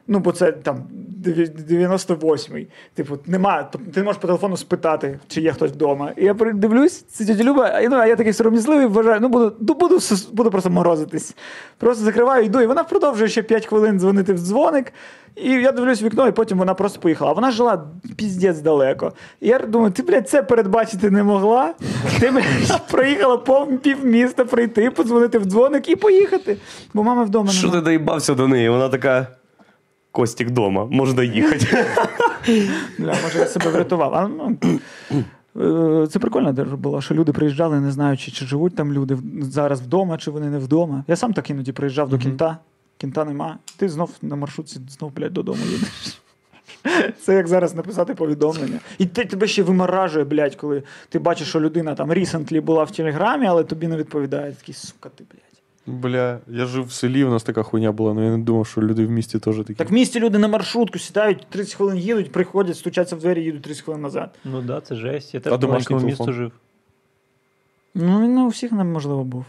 S1: Ну, бо це там дев'я- 98-й. Типу, нема. т- Ти не можеш по телефону спитати, чи є хтось вдома. І я при- дивлюсь, це тітя Люба, і, ну, а я такий сором'язливий, вважаю, ну буду, ну, буду, сус- буду просто морозитись. Просто закриваю, йду, і вона продовжує ще 5 хвилин дзвонити в дзвоник. І я дивлюсь в вікно, і потім вона просто поїхала. А Вона жила піздець далеко. І я думаю, ти, блядь, це передбачити не могла. Ти блядь, проїхала пов, пів міста прийти, подзвонити в дзвоник і поїхати. Бо мама вдома
S3: Що
S1: нема.
S3: ти доїбався до неї? Вона така. Костік дома, можна їхати.
S1: Бля, може, я себе врятував. А, ну, е, це прикольно де було, що люди приїжджали, не знаючи, чи живуть там люди в- зараз вдома, чи вони не вдома. Я сам так іноді приїжджав до кінта, кінта нема. Ти знов на маршрутці, знов, блядь, додому їдеш. Це як зараз написати повідомлення. І ти, тебе ще вимаражує, блядь, коли ти бачиш, що людина там recently була в телеграмі, але тобі не відповідає. Такий, сука, ти, блядь.
S4: Бля, я жив в селі, у нас така хуйня була, але я не думав, що люди в місті теж такі.
S1: Так в місті люди на маршрутку сідають, 30 хвилин їдуть, приходять, стучаться в двері, їдуть 30 хвилин назад.
S2: Ну так, да, це жесть. Я теж
S4: А
S2: в маленькому
S4: домашній
S2: місту
S4: телефон?
S2: жив.
S1: Ну, він не у всіх нам можливо був.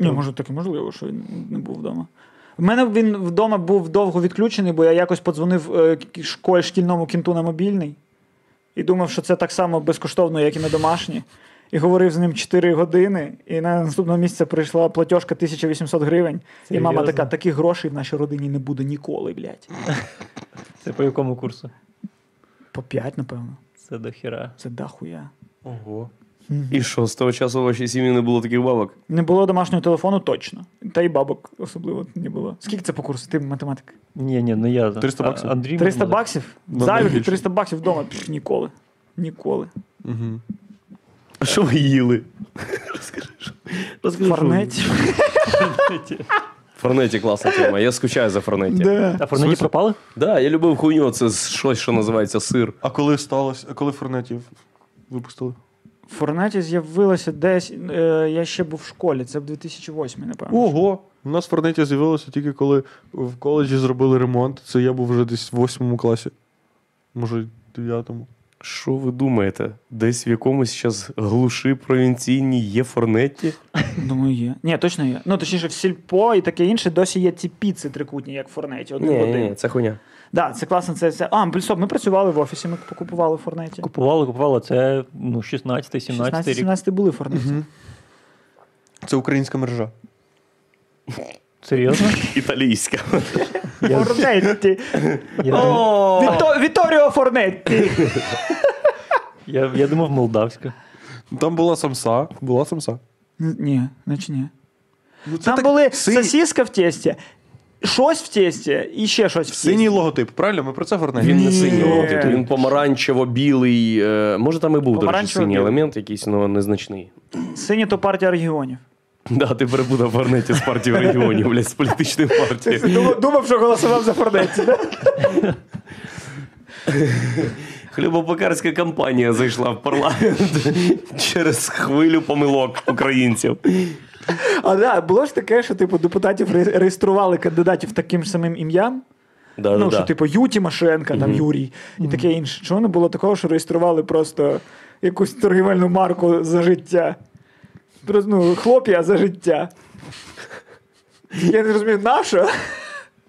S1: Ні, може, так і можливо, що він не був вдома. У мене він вдома був довго відключений, бо я якось подзвонив е, к- школь, шкільному кінту на мобільний і думав, що це так само безкоштовно, як і на домашні. І говорив з ним 4 години, і на наступного місяця прийшла платіжка 1800 гривень. І мама
S2: Серйозно?
S1: така: таких грошей в нашій родині не буде ніколи, блядь.
S2: Це по якому курсу?
S1: По 5, напевно.
S2: Це до хіра.
S1: Це дохуя.
S4: Ого.
S3: І що, з того часу у вашій сім'ї не було таких бабок?
S1: Не було домашнього телефону точно. Та й бабок особливо не було. Скільки це по курсу? Ти математик?
S2: Ні, ні, не я.
S4: 300
S2: А-
S4: баксів.
S2: Андрій
S1: 300
S2: Мамадов.
S1: баксів?
S4: Ну,
S1: Завжди
S4: найбільше.
S1: 300 баксів вдома. Пф, ніколи. Ніколи.
S4: Угу.
S3: А що ви їли? Розкажи, що. Розкажи, що ви
S1: Фарнеті.
S3: їли. Форнеті класна тема. Я скучаю за форнеті. Так,
S1: Да.
S2: А форнеті
S4: Слухай.
S2: пропали?
S3: да, я любив хуйню, це щось, що називається сир.
S4: А коли сталося, а коли форнетів випустили?
S1: Форнеті з'явилося десь. е, я ще був в школі, це в 2008, напевно.
S4: Ого! У нас форнеті з'явилося тільки коли в коледжі зробили ремонт. Це я був вже десь в восьмому класі. Може, дев'ятому.
S3: Що ви думаєте? Десь в якомусь зараз глуші провінційній є форнеті?
S1: Думаю, є. Ні, точно є. Ну, точніше, в сільпо і таке інше досі є ці піци трикутні, як в Форнеті. Один в один.
S3: це хуйня.
S1: Да, це класно. Це, це... А, плюс, ми працювали в офісі, ми покупували в Форнеті.
S2: Купували, купували. Це ну, 16-17 рік.
S1: 16-17 були в Форнеті.
S4: Це українська мережа.
S2: Серйозно?
S3: Італійська.
S1: Форнетті.
S2: Я,
S1: Віто- Віторіо Форнетті.
S2: я, я думав, молдавська.
S4: Ну, Там була самса. Була самса.
S1: Ні, значить ні.
S4: Ну,
S1: Там були сосиска в тесті, щось в тесті і ще щось в тесті.
S4: Синій логотип, правильно? Ми про це форнеті.
S3: Він не
S1: Ні.
S3: синій логотип, він помаранчево-білий. е, Може, там і був до речі, синій
S1: Помаранчево-білий.
S3: елемент, якийсь ну, незначний.
S1: Сині то партія регіонів.
S3: Да, ти перепутав Форнеті з партії регіонів, блядь, з політичної партії.
S1: Думав, думав, що голосував за Форнетті. да?
S3: Хлібопекарська компанія зайшла в парламент через хвилю помилок українців.
S1: А да, було ж таке, що типу депутатів ре- реєстрували кандидатів таким ж самим ім'ям.
S3: Да,
S1: ну,
S3: Е, да,
S1: що
S3: да.
S1: типу Ю Тимошенка, там Юрій і таке інше. Чого не було такого, що реєстрували просто якусь торгівельну марку за життя? Просто, ну, хлоп'я за життя. Я не розумію, наша?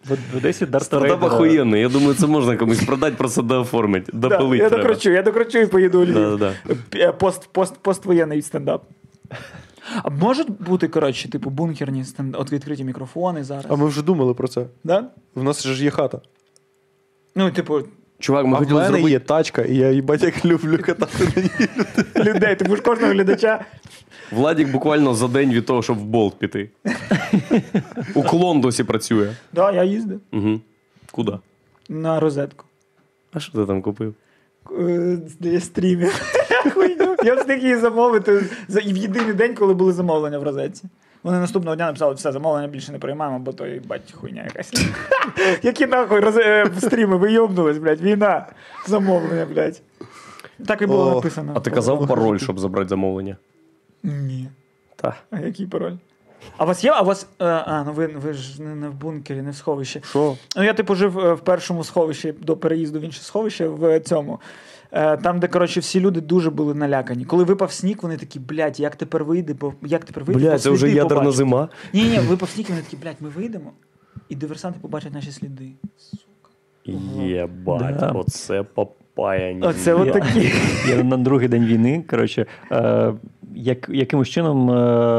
S2: В, в Одесі Дарта
S3: Стартап
S2: Рейдера.
S3: охуєнний. Я думаю, це можна комусь продати, просто дооформить, допилить
S1: я
S3: Тобто треба.
S1: докручу, я докручу і поїду у Львів.
S3: Да, да, да.
S1: Е, Пост, пост, поствоєнний стендап. А можуть бути, коротше, типу, бункерні стенд... от відкриті мікрофони зараз.
S4: А ми вже думали про це.
S1: Да?
S4: В нас же ж є хата.
S1: Ну, типу,
S3: Чувак, ми
S4: а в
S3: хотіли
S4: мене
S3: зробити...
S4: є тачка, і я їбать як люблю катати на ній.
S1: людей, типу ж кожного глядача.
S3: Владік буквально за день від того, щоб в болт піти. Уклон досі працює.
S1: Да, я їздив
S3: Угу. Куди?
S1: на розетку.
S3: А що ти там купив?
S1: Е, Для стрімів. Хуйню. Я встиг її замовити за і в єдиний день, коли були замовлення в розетці. Вони наступного дня написали, все, замовлення більше не приймаємо, бо то бать хуйня якась. Які нахуй роз... е, стріми вийобнулись, блядь, війна, замовлення, блядь. Так і було
S4: Ох,
S1: написано.
S3: А ти казав пароль, щоб забрати замовлення?
S1: Ні.
S3: Та.
S1: А який пароль? А у вас є? А у вас. е, А, ну ви, ви ж не, не в бункері, не в сховищі.
S4: Що?
S1: Ну, я типу жив е, в першому сховищі до переїзду в інше сховище в е, цьому. Е, Там, де коротше, всі люди дуже були налякані. Коли випав сніг, вони такі, блядь, як тепер вийде, бо як тепер вийде? бо
S3: Бля, це вже
S1: сліди
S3: ядерна
S1: побачать».
S3: зима.
S1: Ні, ні, випав сніг, і вони такі, блядь, ми вийдемо, і диверсанти побачать наші сліди.
S3: Єбать,
S2: Да.
S3: оце попаяння.
S1: Оце от такі.
S2: Я на другий день війни, коротше, е, як, якимось чином е,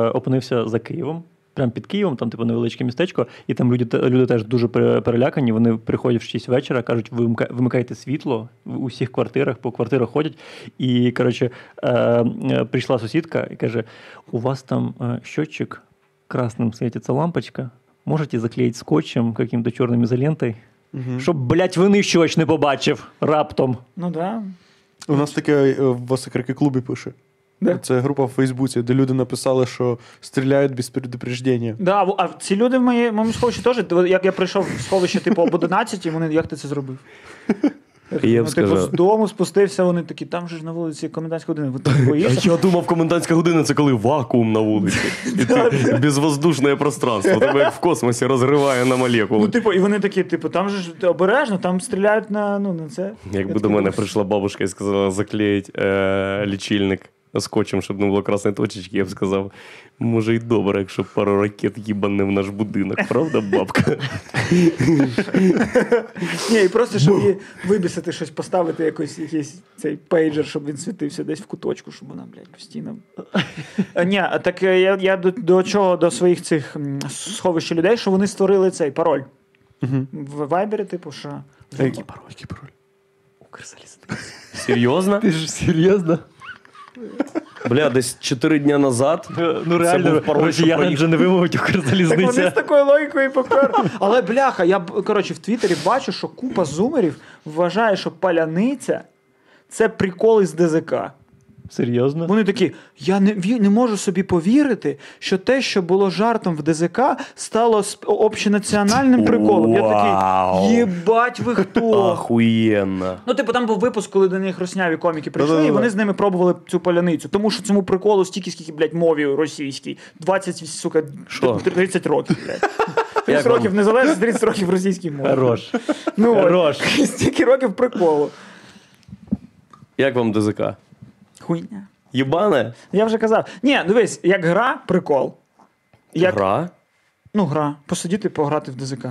S2: опинився за Києвом. Прям під Києвом, там типу невеличке містечко, і там люди, те- люди теж дуже пере- перелякані. Вони приходять в 6 вечора, кажуть, «Вимка- вимикайте світло в усіх квартирах, по квартирах ходять. І коротше, е, е, прийшла сусідка і каже: у вас там е, щотчик красним світиться лампочка. Можете заклеїти скотчем каким-то чорним ізолентою, щоб, блядь, винищувач не побачив раптом.
S1: Ну да.
S4: У нас таке е, в Осокрики клубі пише.
S1: Да.
S4: Це група в Фейсбуці, де люди написали, що стріляють без предупреждення.
S1: Да, а ці люди в моє- моєму сховищі теж, як я прийшов в сховище, типу, об 11, і вони, як ти це зробив?
S3: Я
S1: Ну,
S3: б
S1: типу, з
S3: сказав.
S1: дому спустився, вони такі, там же ж на вулиці комендантська година. Ви так боїшся?
S3: Я думав, комендантська година це коли вакуум на вулиці. І ти безвоздушне пространство. Тебе як в космосі розриває
S1: Ну,
S3: на молекули.
S1: типу, і вони такі, типу, там же ж обережно, там стріляють на ну на це. Я
S3: Якби до
S1: такий
S3: мене
S1: думаю,
S3: прийшла бабушка і сказала заклеїть е, лічильник скотчем, щоб не було красної точечки, я б сказав, може, і добре, якщо пару ракет їбане в наш будинок, правда, бабка?
S1: Ні, і просто щоб її вибісити щось, поставити якийсь, якийсь цей пейджер, щоб він світився десь в куточку, щоб вона, блядь, постійно. Е, Ні, а так е, я, я до, до чого до своїх цих м, сховищ людей, що вони створили цей пароль. В Вайбері, типу, що.
S4: Який пароль, який пароль?
S2: Укрзалізниця.
S3: Серйозно?
S2: Ти ж серйозно?
S3: Бля, десь 4 дня назад.
S2: Ну реально,
S3: був пароль, щоб
S2: росіяни
S3: поїхати.
S2: вже не вимовить
S1: Так вони з
S2: Укрзалізниця.
S1: такою логікою і попер. Але бляха, я б- коротше в Твіттері бачу, що купа зумерів вважає, що паляниця це прикол із ДЗК.
S2: Серйозно?
S1: Вони такі: я не, ві- не можу собі повірити, що те, що було жартом в ДЗК, стало сп- общенаціональним приколом. Я
S3: Вау.
S1: такий, єбать ви хто?
S3: Охуєнно.
S1: Ну, типу, там був випуск, коли до них росняві коміки прийшли, і
S4: Да-да-да.
S1: вони з ними пробували цю паляницю. Тому що цьому приколу стільки, скільки, блядь, мові російській. 20, сука,
S3: Що?
S1: 30 років, блядь. 30
S3: Як
S1: років
S3: вам?
S1: незалежно, 30 років російській мові.
S2: Хорош.
S1: Ну, от.
S2: Хорош.
S1: Стільки років приколу.
S3: Як вам ДЗК?
S1: Хуйня.
S3: Єбане?
S1: Я вже казав. Ні, дивись, як гра, прикол. Як
S3: Гра?
S1: Ну, гра. Посидіти, пограти в ДЗК.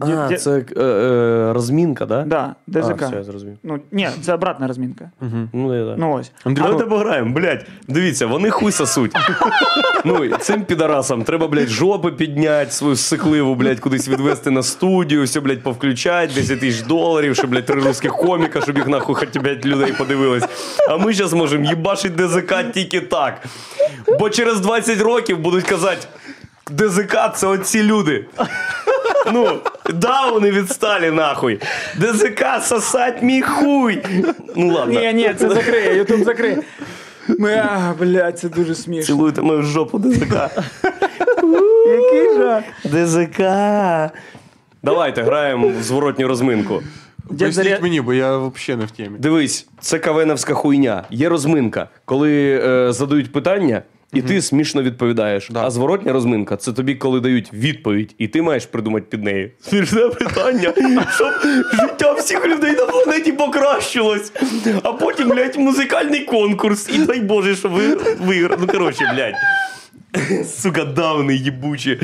S3: А,
S1: Є-
S3: це е, е, розмінка, да?
S1: Да, ДЗК.
S3: А, все, я зрозумів.
S1: ну, ні, це обратна розмінка.
S3: Ну, да, да.
S1: Ну ось.
S3: Давайте пограємо, блядь. Дивіться, вони хуй сосуть. ну, і цим підарасам треба, блядь, жопи підняти, свою сикливу, блядь, кудись відвести на студію, все, блядь, повключати, 10 тисяч доларів, щоб, блядь, три русських коміка, щоб їх нахуй хоч блядь, людей подивились. А ми зараз можемо їбашити ДЗК тільки так. Бо через 20 років будуть казати, ДЗК це оці люди. Ну, да, вони відсталі нахуй. ДЗК сосать мій хуй. Ну ладно.
S1: Ні, ні, це закриє, Ютуб закриє. Ми, а, блядь, це дуже смішно.
S3: Цілуйте мою жопу ДЗК.
S1: Який жах.
S3: ДЗК. Давайте граємо в зворотню розминку.
S1: Дядь Заря-
S4: Поясніть мені, бо я взагалі не в темі.
S3: Дивись, це кавеновська хуйня. Є розминка, коли е, задають питання, і ти смішно відповідаєш. А зворотня розминка це тобі, коли дають відповідь, і ти маєш придумати під неї. Смішне питання, щоб життя всіх людей на планеті покращилось. А потім, блядь, музикальний конкурс. І дай Боже, що ви виграли. Ну коротше, блядь. Сука, давний їбучі.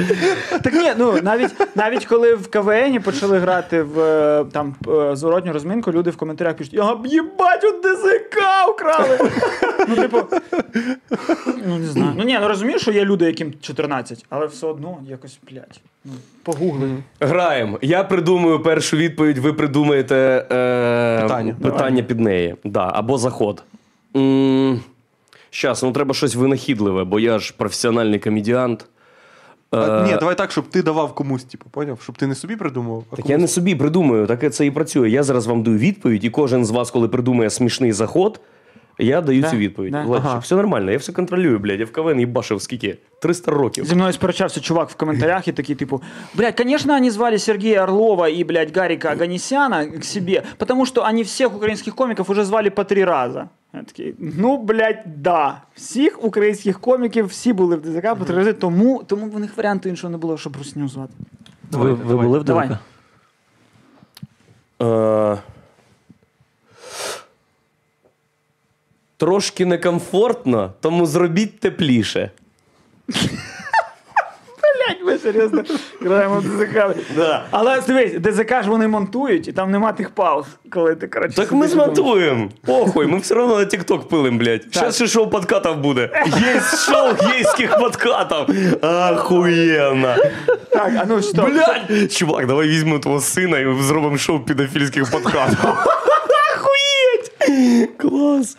S1: Так ні, ну навіть навіть коли в КВНі почали грати в е, там е, зворотню розмінку, люди в коментарях пишуть: я їбать, у ДЗК украли. Ну, типу, ну не знаю. Ну ні, ну розумію, що є люди, яким 14, але все одно якось, блядь, ну, погугли.
S3: Граємо. Я придумаю першу відповідь, ви придумаєте е,
S4: Питання.
S3: питання під неї. Да, або заход. м щас, ну треба щось винахідливе, бо я ж професіональний комедіант. Е,
S4: А, Ні, давай так, щоб ти давав комусь, типу, поняв? Щоб ти не собі придумав, а
S3: Так я не собі придумаю, таке це і працює. Я зараз вам даю відповідь, і кожен з вас, коли придумає смішний заход, я даю
S1: Да,
S3: цю відповідь.
S1: да.
S3: Владчик,
S4: Ага.
S3: все нормально, я все контролюю, блядь. Я в КВН їбашив скільки? 300 років.
S1: Зі мною сперечався чувак в коментарях і такий, типу, блядь, конечно, они звали Сергея Орлова и, блядь, Гарика Аганесяна к себе, потому что они всех украинских комиков уже звали по три раза. Я такий, ну, блядь, да. Всіх українських коміків всі були в ДЗК по три рази, тому, тому в них варіанту іншого не було, щоб русню звати.
S2: Ви ви були в
S1: Ну, Давай.
S2: ДВК?
S3: Е, Трошки некомфортно, тому зробіть тепліше.
S1: Блядь, ми серйозно граємо в ДЗК.
S3: Да.
S1: Але дивись, ДЗК ж вони монтують, і там нема тих пауз, коли ти, коротше...
S3: Так ми
S1: сидиш і думаєш.
S3: змонтуємо. Похуй, ми все одно на TikTok пилим, блядь. Зараз ще шоу подкатів буде. Є шоу гейських подкатів. Ахуєнно.
S1: Так, а ну що?
S3: Блядь. Чувак, давай візьмемо твого сина і зробимо шоу педофільських подкатів. Ахуєть. Клас.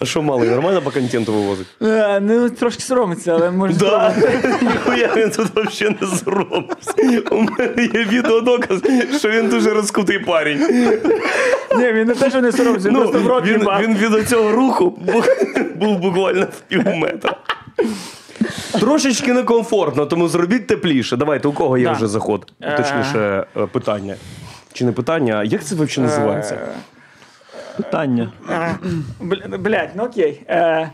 S3: А що малий, нормально по контенту вивозить?
S1: Е, Ну, трошки соромиться, але може...
S3: Да, ніхуя він тут взагалі не зробився. У мене є відеодоказ, що він дуже розкутий парень.
S1: Ні, він не те, що не соромиться, він
S3: Ну,
S1: просто в рот
S3: він,
S1: їбав.
S3: він від цього руху був, був буквально в півметра. Трошечки некомфортно, тому зробіть тепліше. Давайте, у кого є
S1: Да.
S3: вже заход?
S1: Е.
S3: Точніше, е, питання. Чи не питання, а як це взагалі називається?
S2: Питання.
S1: Е, бл- Блядь, ну окей. Е,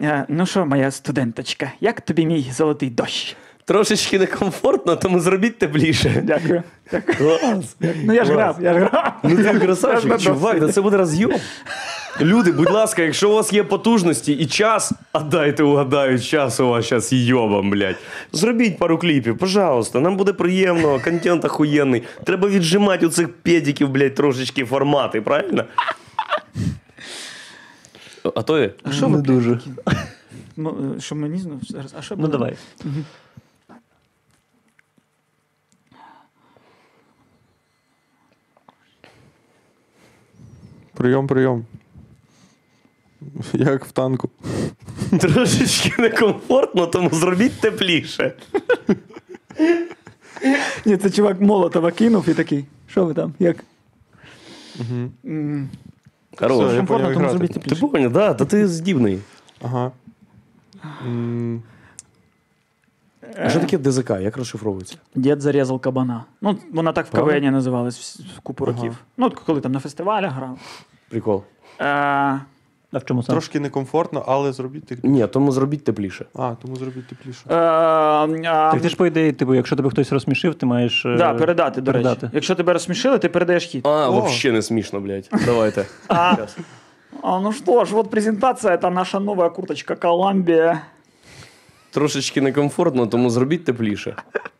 S1: е, Ну що, моя студенточка, як тобі мій золотий дощ?
S3: Трошечки некомфортно, тому зробіть тепліше.
S1: Дякую. Дякую.
S3: Клас.
S1: Ну я ж грав, я ж грав.
S3: Ну ти
S1: Я на
S3: красавчик, чувак,
S1: досвіді.
S3: да це буде роз'єм. Люди, будь ласка, якщо у вас є потужності і час, а дайте угадаю, час у вас зараз йобам, блядь. Зробіть пару кліпів, пожалуйста, нам буде приємно, контент охуєнний. Треба віджимати у цих педиків, блядь, трошечки формати, правильно? А то є?
S1: Що
S2: не дуже.
S1: Ну, е, що мені знову зараз? А що
S2: Ну
S1: було?
S2: давай.
S4: Прийом, прийом. Як в танку.
S3: Трошечки некомфортно, тому зробіть тепліше.
S1: Ні, це чувак Молотова кинув і такий. Що ви там? Як? М.
S3: Хорош.
S4: Все, я
S2: комфортно,
S4: поняв
S2: тому
S4: грати.
S2: зробіть
S3: Ти поняв, да, та ти здібний.
S4: Ага. М, Е.
S6: А що таке ДЗК? Як розшифровується?
S1: Дід зарізав кабана. Ну, вона так в КВН називалась вс- в купу років. Ну, от коли там на фестивалях грав.
S6: Прикол.
S1: Е,
S2: А в чому сам?
S4: Трошки некомфортно, але зробіть тек-
S6: Ні, тому зробіть тепліше.
S4: А, тому зробіть тепліше.
S1: е, а,
S2: Так ти ж по ідеї, типу, якщо тебе хтось розсмішив, ти маєш. е,
S1: ем, да, передати, до
S2: передати.
S1: речі. Якщо тебе розсмішили, ти передаєш хід.
S3: А,
S4: О.
S3: вообще не смішно, блядь. Давайте.
S1: А, а, ну що ж, от презентація, це наша нова курточка Коламбія.
S3: Трошечки некомфортно, тому зробіть тепліше.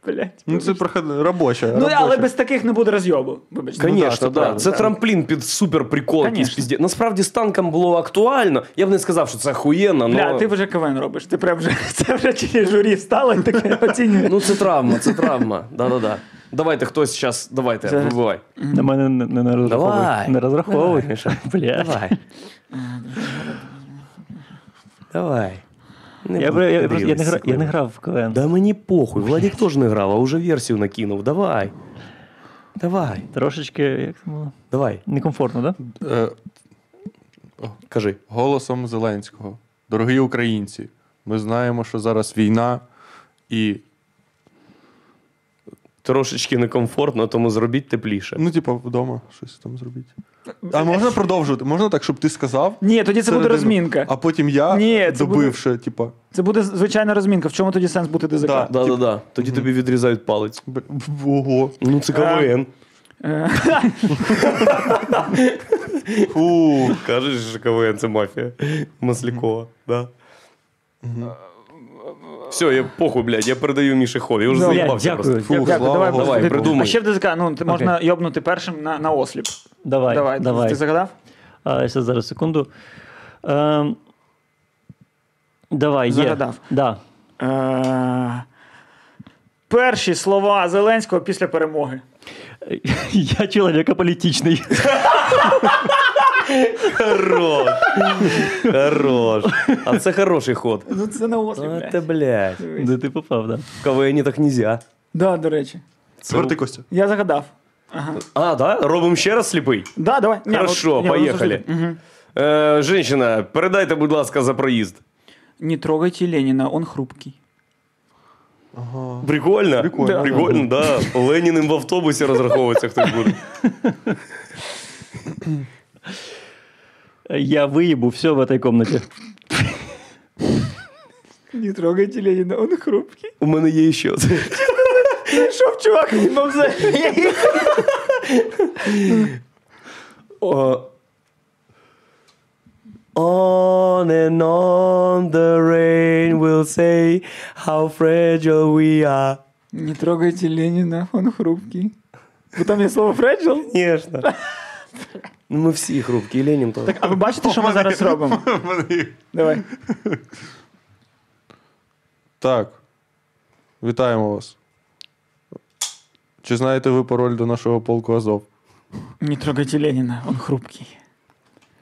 S1: Блять.
S4: Ну, це проходить робоча.
S1: Ну,
S4: робоча.
S1: але без таких не буде розйобу.
S2: Ну
S1: Вибачте. Ну,
S3: Конечно,
S4: да, це
S3: да,
S4: правда.
S3: Це трамплін під супер прикол, якийсь
S1: Конечно.
S3: пізді. Насправді з танком було актуально. Я б не сказав, що це охуєнно, але.
S1: Бля, ти вже КВН робиш. Ти прям вже це вже чи журі стало і таке оцінює.
S3: Ну, це травма, це травма. Да-да-да. Давайте хтось зараз, давайте,
S1: Зараз.
S3: вибивай.
S2: На мене не, не, не розраховуй.
S3: Давай.
S2: Не розраховуй.
S3: Давай, Міша.
S2: Бля.
S3: Давай. Давай. Не
S2: Я,
S3: будь
S2: я, я, просто- я, не
S3: дебілий,
S2: гра, я не
S3: сикливий.
S2: грав в КВН.
S3: Да мені похуй, Владик теж не грав, а вже версію накинув. Давай. Давай.
S2: Трошечки, як це було?
S3: Давай,
S2: Некомфортно, так? Да?
S4: Е,
S3: кажи.
S4: голосом Зеленського. Дорогі українці, ми знаємо, що зараз війна, і
S3: Трошечки некомфортно, тому зробіть тепліше.
S4: ну, типу, вдома щось там зробіть. А можна продовжувати? Можна так, щоб ти сказав?
S1: Ні, тоді це буде
S4: середину,
S1: розмінка.
S4: А потім я
S1: Ні, це
S4: добивши, типу.
S1: Це буде звичайна розмінка. В чому тоді сенс бути ДЗК?
S4: Да.
S3: Да, да, да. Тоді тобі відрізають палець.
S4: б- б- Ого.
S3: Ну, це КВН.
S1: Е,
S4: Фу.
S3: Кажеш, що КВН це мафія. Маслякова, да. Все, я похуй, блядь, я передаю Міші хобі. Я вже
S1: Да,
S2: Ну, Блядь,
S3: заїбався просто.
S2: дякую.
S4: Фу,
S2: дякую.
S4: слава
S1: давай,
S4: Богу.
S3: Давай,
S1: Ти-
S3: придумай.
S1: А ще в ДЗК, ну ти можна йобнути першим на, на осліп.
S2: Давай,
S1: Давай,
S2: давай. давай.
S1: ти загадав?
S2: А, ще зараз секунду. Ем, давай, є.
S1: Загадав.
S2: Да.
S1: Е, Перші слова Зеленського після перемоги.
S2: Я чоловіка політичний.
S3: Хорош. Хорош. А це хороший ход.
S1: Ну це на осліп.
S3: А
S1: блядь.
S3: ти, блядь,
S2: Де ти попав, да.
S3: в КВНі так нельзя.
S1: Да, до речі.
S4: Тверди Костя.
S1: Я загадав.
S3: А, да? Робимо ще раз сліпий?
S1: Да, давай. Ні, ну,
S3: Хорошо,
S1: ні, ну,
S3: поїхали.
S1: завжди. Мгм.
S3: Е, Женщина, передайте, будь ласка, за проїзд.
S1: Не трогайте Леніна, он хрупкий.
S3: Прикольно.
S4: Прикольно.
S3: Прикольно, да. Леніним в автобусі розраховується хтось буде.
S2: Я виїбу все в этой комнаті.
S1: Не трогайте Леніна, он хрупкий.
S3: У мене є ще.
S1: Прийшов чувак, ну взагалі.
S3: On and on the rain will say how fragile we are.
S1: Не трогайте Леніна, он хрупкий. Бо там є слово фреджил.
S3: Конечно. Ну, ми всі хрупкі, і Ленін то.
S1: А ви бачите, що ми зараз робимо? Давай.
S4: Так. Вітаємо вас. Чи знаєте ви пароль до нашого полку Азов?
S1: Не трогайте Леніна, он хрупкий.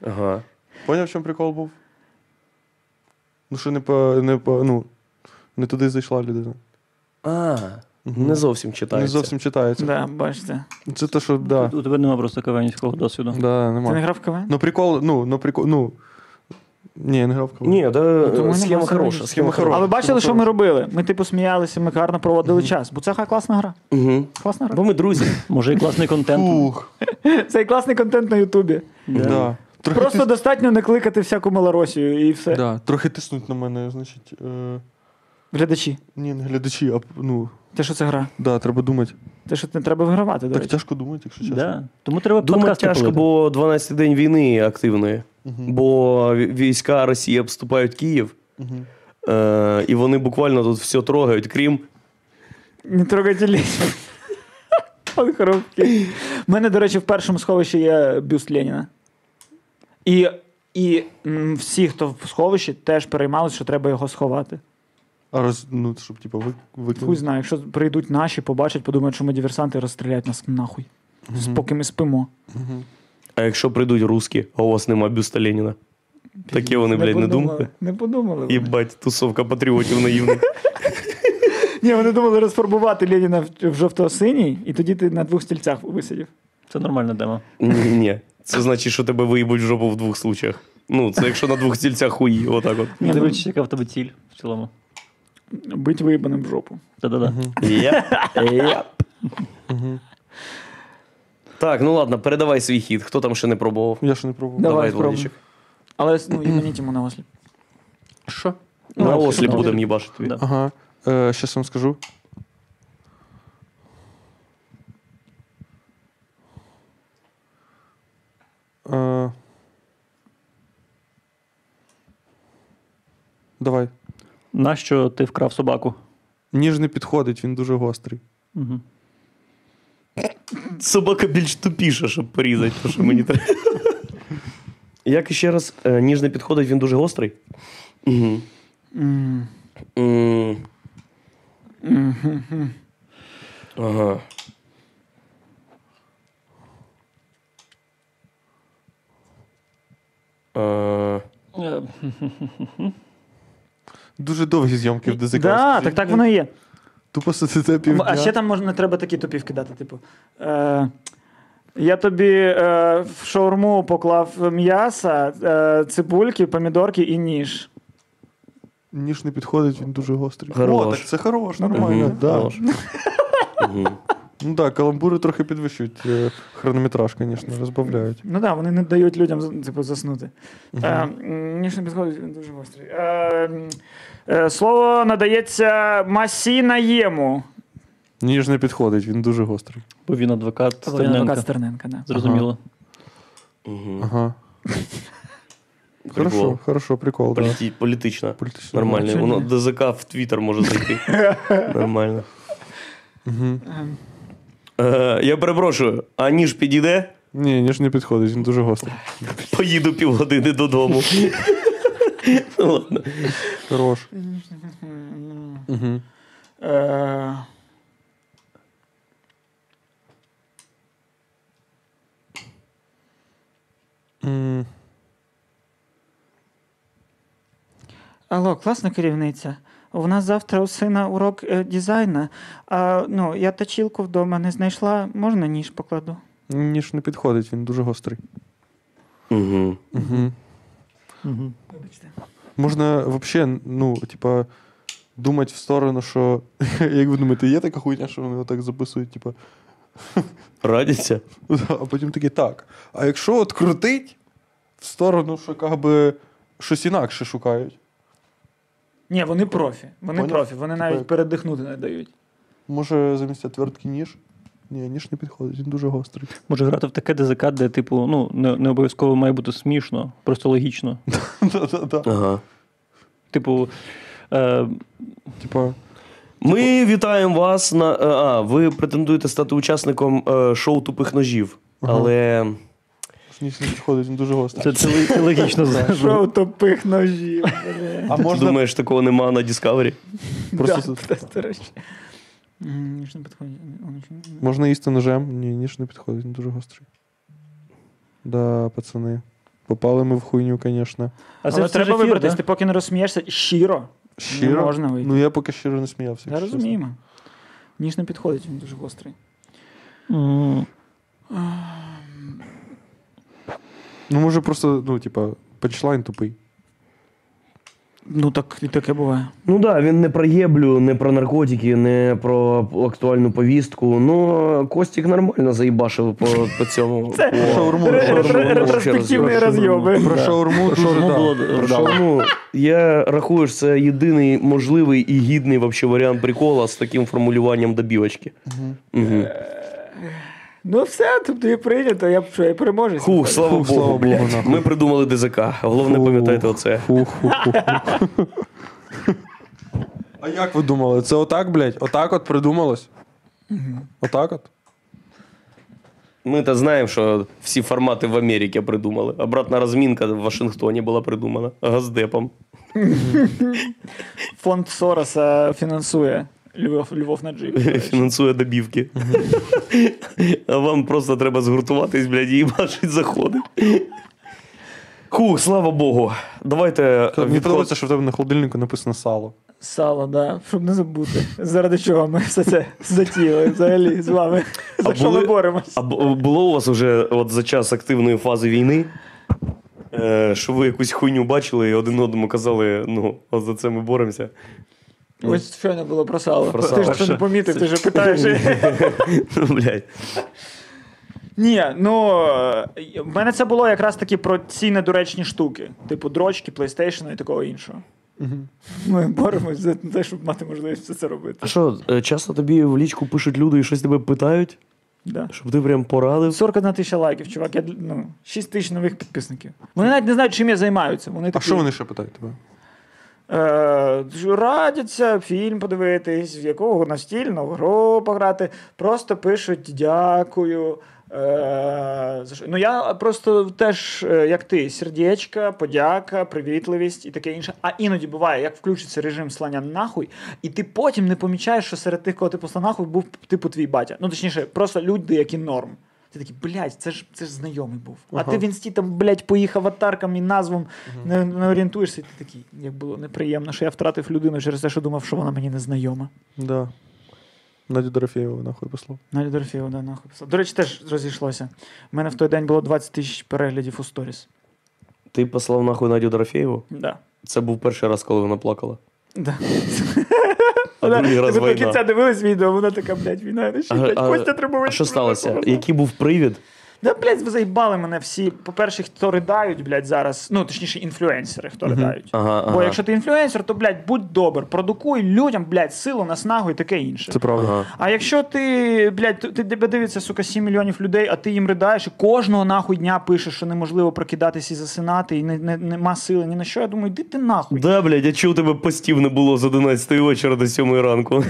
S3: Ага.
S4: Поняв, в чому прикол був? Ну, що не по, не по, ну, не туди зайшла людина.
S3: А, не зовсім читається.
S4: Не зовсім читається.
S1: Да, бачите.
S4: Це те, що. Да,
S2: У тебе нема просто кавенівського досвіду.
S4: да,
S1: Ти не
S4: нема.
S1: грав в КВН?
S4: Ну, прикол, ну, ну, прикол, ну. Ні, я не грав в кого.
S3: Ні, да,
S1: Тому нема
S3: Ну, схема
S1: сенсу.
S3: хороша. Схема
S1: А ви
S3: хороша.
S1: бачили, що ми робили? Ми типу сміялися, ми гарно проводили час. Бо це ха- класна гра.
S3: Угу.
S1: Класна гра.
S3: Бо ми друзі.
S2: Може, і класний контент.
S4: Ух,
S1: Це і класний контент на Ютубі.
S4: да. Трохи
S1: Просто
S4: тис-
S1: достатньо не кликати всяку малоросію і все.
S4: да, трохи тиснуть на мене, значить. Е...
S1: Глядачі,
S4: Ні, не глядачі, а ну,
S1: те, що це гра.
S4: да, треба думати.
S1: Те, що не треба вигравати, до
S4: Так
S1: речі.
S4: тяжко думати, якщо чесно.
S2: Да. Тому треба
S3: Думаю,
S2: подкасти
S3: тяжко,
S2: пилити.
S3: бо 12 день війни активної. Бо ві- війська Росії обступають Київ. Е, і вони буквально тут все трогають, крім
S1: Не трогайте ліс. Он хрупкий. У мене, до речі, в першому сховищі є бюст Леніна. І, і м, всі, хто в сховищі, теж переймалися, що треба його сховати.
S4: А роз, ну, щоб, типу, ви, викинути.
S1: Хуй знає, якщо прийдуть наші, побачать, подумають, що ми диверсанти розстріляють нас нахуй. Поки ми спимо.
S3: А якщо прийдуть русські, а у вас нема бюста Леніна? Таке вони, блядь, не думали.
S1: Не подумали. вони.
S3: Єбать, тусовка патріотів наївних.
S1: Ні, вони думали розфарбувати Леніна в, в жовто-синій, і тоді ти на двох стільцях висидів.
S2: Це нормальна тема.
S3: Ні, ні. Це значить, що тебе виїбуть в жопу в двох случаях. Ну, це якщо на двох стільцях хуї, отак от.
S1: Ні,
S2: Дивлячись, яка в тебе ціль в цілому.
S1: Бить виїбаним в жопу.
S2: Та-да-да.
S3: Єп, єп. Так, ну ладно, передавай свій хід. Хто там ще не пробував?
S4: Я ще не пробував.
S1: Да. Давай, спробуй.
S3: Давай, Владичок.
S1: Але ну, іманіть йому на осліп.
S4: Що? Ну,
S3: На осліп
S2: добре.
S3: будемо їбашити тобі.
S2: Да.
S4: Ага. Е, щас вам скажу. Е, давай.
S2: Нащо ти вкрав собаку?
S4: Ніж не підходить, він дуже гострий.
S2: Угу.
S3: Собака більш тупіша, щоб порізати, то що мені треба. Як ще раз, е, ніж не підходить, він дуже гострий. Угу. М. Ага. Е,
S4: Дуже довгі зйомки в ДЗК.
S1: Да, так так воно і є.
S4: Тупо сидите півдня.
S1: А ще там можна треба такі тупі вкидати, типу. Е, я тобі е, в шаурму поклав м'яса, е, цибульки, помідорки і ніж.
S4: Ніж не підходить, він дуже гострий.
S3: Хорош.
S4: О, так це хорош, нормально.
S3: Мгм,
S4: Да.
S3: хорош. мгм.
S4: Ну так, да, каламбури трохи підвищують е, хронометраж, звісно, розбавляють.
S1: Ну так, да, вони не дають людям з- типу, заснути. Е, м, ніж не підходить, він дуже гострий. Е, м, е, слово надається масі наєму.
S4: Ніж не підходить, він дуже гострий.
S2: Бо він адвокат Стерненка.
S1: Стерненка, да.
S2: Зрозуміло.
S3: Мгм.
S4: Ага. Хорошо,
S3: Прикол.
S4: хорошо, прикол. Да.
S3: Політі- Політична.
S4: Політично.
S3: Нормально.
S1: Чого
S3: Воно
S1: ні?
S3: ДЗК в Твіттер може зайти. Нормально.
S4: Угу.
S3: Е, Я перепрошую, а ніж підійде,
S4: Ні, ніж не підходить, він дуже гострий.
S3: поїду півгодини додому. Ну, Ладно.
S4: Хорош. Угу.
S1: Е, Алло, класна керівниця. У нас завтра у сина урок е, дизайна. А, ну, я точілку вдома не знайшла, можна ніж покладу?
S4: Ніж не підходить, він дуже гострий.
S3: Мгм.
S4: Угу.
S2: Угу.
S1: Вибачте.
S4: Можна взагалі, ну, типа, думати в сторону, що. Як ви думаєте, є така хуйня, що вони отак записують, типа.
S3: Радяться.
S4: А потім такі так. А якщо от крутить в сторону, що как би щось інакше шукають.
S1: Ні, вони профі. Вони
S4: Поняв.
S1: профі, вони
S4: Типа-
S1: навіть передихнути не дають.
S4: Може, замість отвертки ніж? Ні, ніж не підходить, він дуже гострий.
S2: Може грати в таке ДЗК, де, типу, ну, не, не обов'язково має бути смішно, просто логічно.
S4: Да-да-да.
S3: Ага.
S2: Типу, е,
S4: Типа,
S3: Ми вітаємо вас на. е, А, ви претендуєте стати учасником е, шоу тупих ножів. Але.
S4: ніж не підходить, він дуже гострий.
S2: це, це, ло- це логічно зважу.
S1: Шоу топих ножів.
S4: А
S3: Ти
S4: можна
S3: думаєш, такого нема на Discovery?
S4: Просто-
S1: Ніж не підходить.
S4: Можна їсти ножем? Ні, ніж не підходить, він дуже гострий. Да, пацани. Попали ми в хуйню, звісно.
S2: А це
S1: Але
S2: все ж
S1: треба
S2: ефір,
S1: вибратись,
S2: да?
S1: ти поки не розсмієшся щиро.
S4: Щиро.
S1: Не можна вийти.
S4: Ну я поки щиро не сміявся.
S1: Я
S4: якщо чесно.
S1: розуміємо. Ніж не підходить, він дуже гострий.
S2: М,
S4: Ну, може, просто, ну, типа, панчлайн тупий.
S1: Ну так і таке буває.
S3: Ну так, да, він не про єблю, не про наркотики, не про актуальну повістку. Ну, Костік нормально заїбашив по, по цьому. Це
S4: шаурму,
S1: Ретроспективні розйоби.
S4: Про шаурму дуже
S2: шаурму
S4: да.
S2: було,
S4: Про
S2: да.
S4: шаурму.
S3: Ну, я рахую, що це єдиний можливий і гідний вообще варіант прикола з таким формулюванням добівочки. Угу.
S1: Ну все, тобто і прийнято, я б що, я переможець.
S3: Хух, слава
S4: Фух, слава
S3: Богу,
S4: Богу,
S3: блядь.
S4: нахуй.
S3: Ми придумали ДЗК. Головне,
S4: Фух.
S3: пам'ятайте оце.
S4: Фух, фух, фух, фух. А як ви думали? Це отак, блядь? Отак от придумалось? Отак от?
S3: Ми то знаємо, що всі формати в Америці придумали. Обратна розмінка в Вашингтоні була придумана. Газдепом.
S1: Фонд Сороса фінансує Львов, Львов на джип.
S3: Фінансує добівки. А вам просто треба згуртуватись, блядь, і бачить заходи. Хух, слава Богу. Давайте.
S4: Мені подобається,
S3: Відходимо.
S4: що в тебе на холодильнику написано сало.
S1: Сало, да, щоб не забути. Заради чого ми все це затіяли взагалі з вами. За що ми
S3: були-
S1: боремось?
S3: А б- було у вас вже от за час активної фази війни, е, що ви якусь хуйню бачили і один одному казали, ну, от за це ми боремося.
S1: Ось щойно було про сало.
S3: Ну. Про
S1: Ти
S3: сало.
S1: ж це не помітив, ти ж питаєш.
S3: Ну, блядь.
S1: Ні, ну е, в мене це було якраз таки про ці недоречні штуки, типу дрочки, PlayStation і такого іншого. Ми боремось за те, щоб мати можливість все це робити.
S3: А що, е, часто тобі в лічку пишуть люди і щось тебе питають,
S1: Да.
S3: щоб ти прям порадив?
S1: 41 тисяча лайків, чувак. Я ну 6 тисяч нових підписників. Вони навіть не знають, чим я займаюся. Вони
S4: А
S1: такі,
S4: що вони ще питають тебе?
S1: е, радяться фільм подивитись, в якого настільну гру пограти. Просто пишуть дякую. Е, за що? ну я просто теж, е, як ти, сердечка, подяка, привітливість і таке інше. А іноді буває, як включиться режим слання нахуй, і ти потім не помічаєш, що серед тих, кого ти послав нахуй, був типу твій батя. Ну точніше, просто люди, які норм. Ти такий, блядь, це ж це ж знайомий був. А ти в інсті там, блядь, по їх аватаркам і назвам не, не орієнтуєшся. І ти такий, як було неприємно, що я втратив людину через те, що думав, що вона мені не знайома.
S4: Да. Надю Дорофєєву нахуй послав.
S1: Надя Дорофєва, да, нахуй писала. До речі, теж розійшлося. У мене в той день було 20 тисяч переглядів у сторіс.
S3: Ти послав нахуй Надю Дорофєєву?
S1: Да.
S3: Це був перший раз, коли вона плакала.
S1: Да.
S3: А
S1: Вона,
S3: другий раз
S1: ви до
S3: війна.
S1: кінця дивились відео, вона така, блядь, війна, ну ще,
S3: А-
S1: блядь,
S3: а-
S1: Костя треба
S3: А
S1: вийти,
S3: що
S1: блядь,
S3: сталося?
S1: нахуй».
S3: Який був привід?
S1: Да, блядь, ви заїбали мене всі. По-перше, хто ридають, блядь, зараз. Ну, точніше, інфлюенсери, хто ридають.
S3: Ага,
S1: Бо
S3: ага.
S1: якщо ти інфлюенсер, то, блядь, будь добр, продукуй людям, блядь, силу, наснагу і таке інше.
S4: правда.
S1: А якщо ти, блядь, ти, ти тебе дивиться, сука, 7 мільйонів людей, а ти їм ридаєш, і кожного нахуй дня пишеш, що неможливо прокидатись і засинати, і не, не, нема сили ні на що. Я думаю, йди ти нахуй.
S3: Да, блядь, я чув тебе постів не було з 11 вечора до 7 ранку.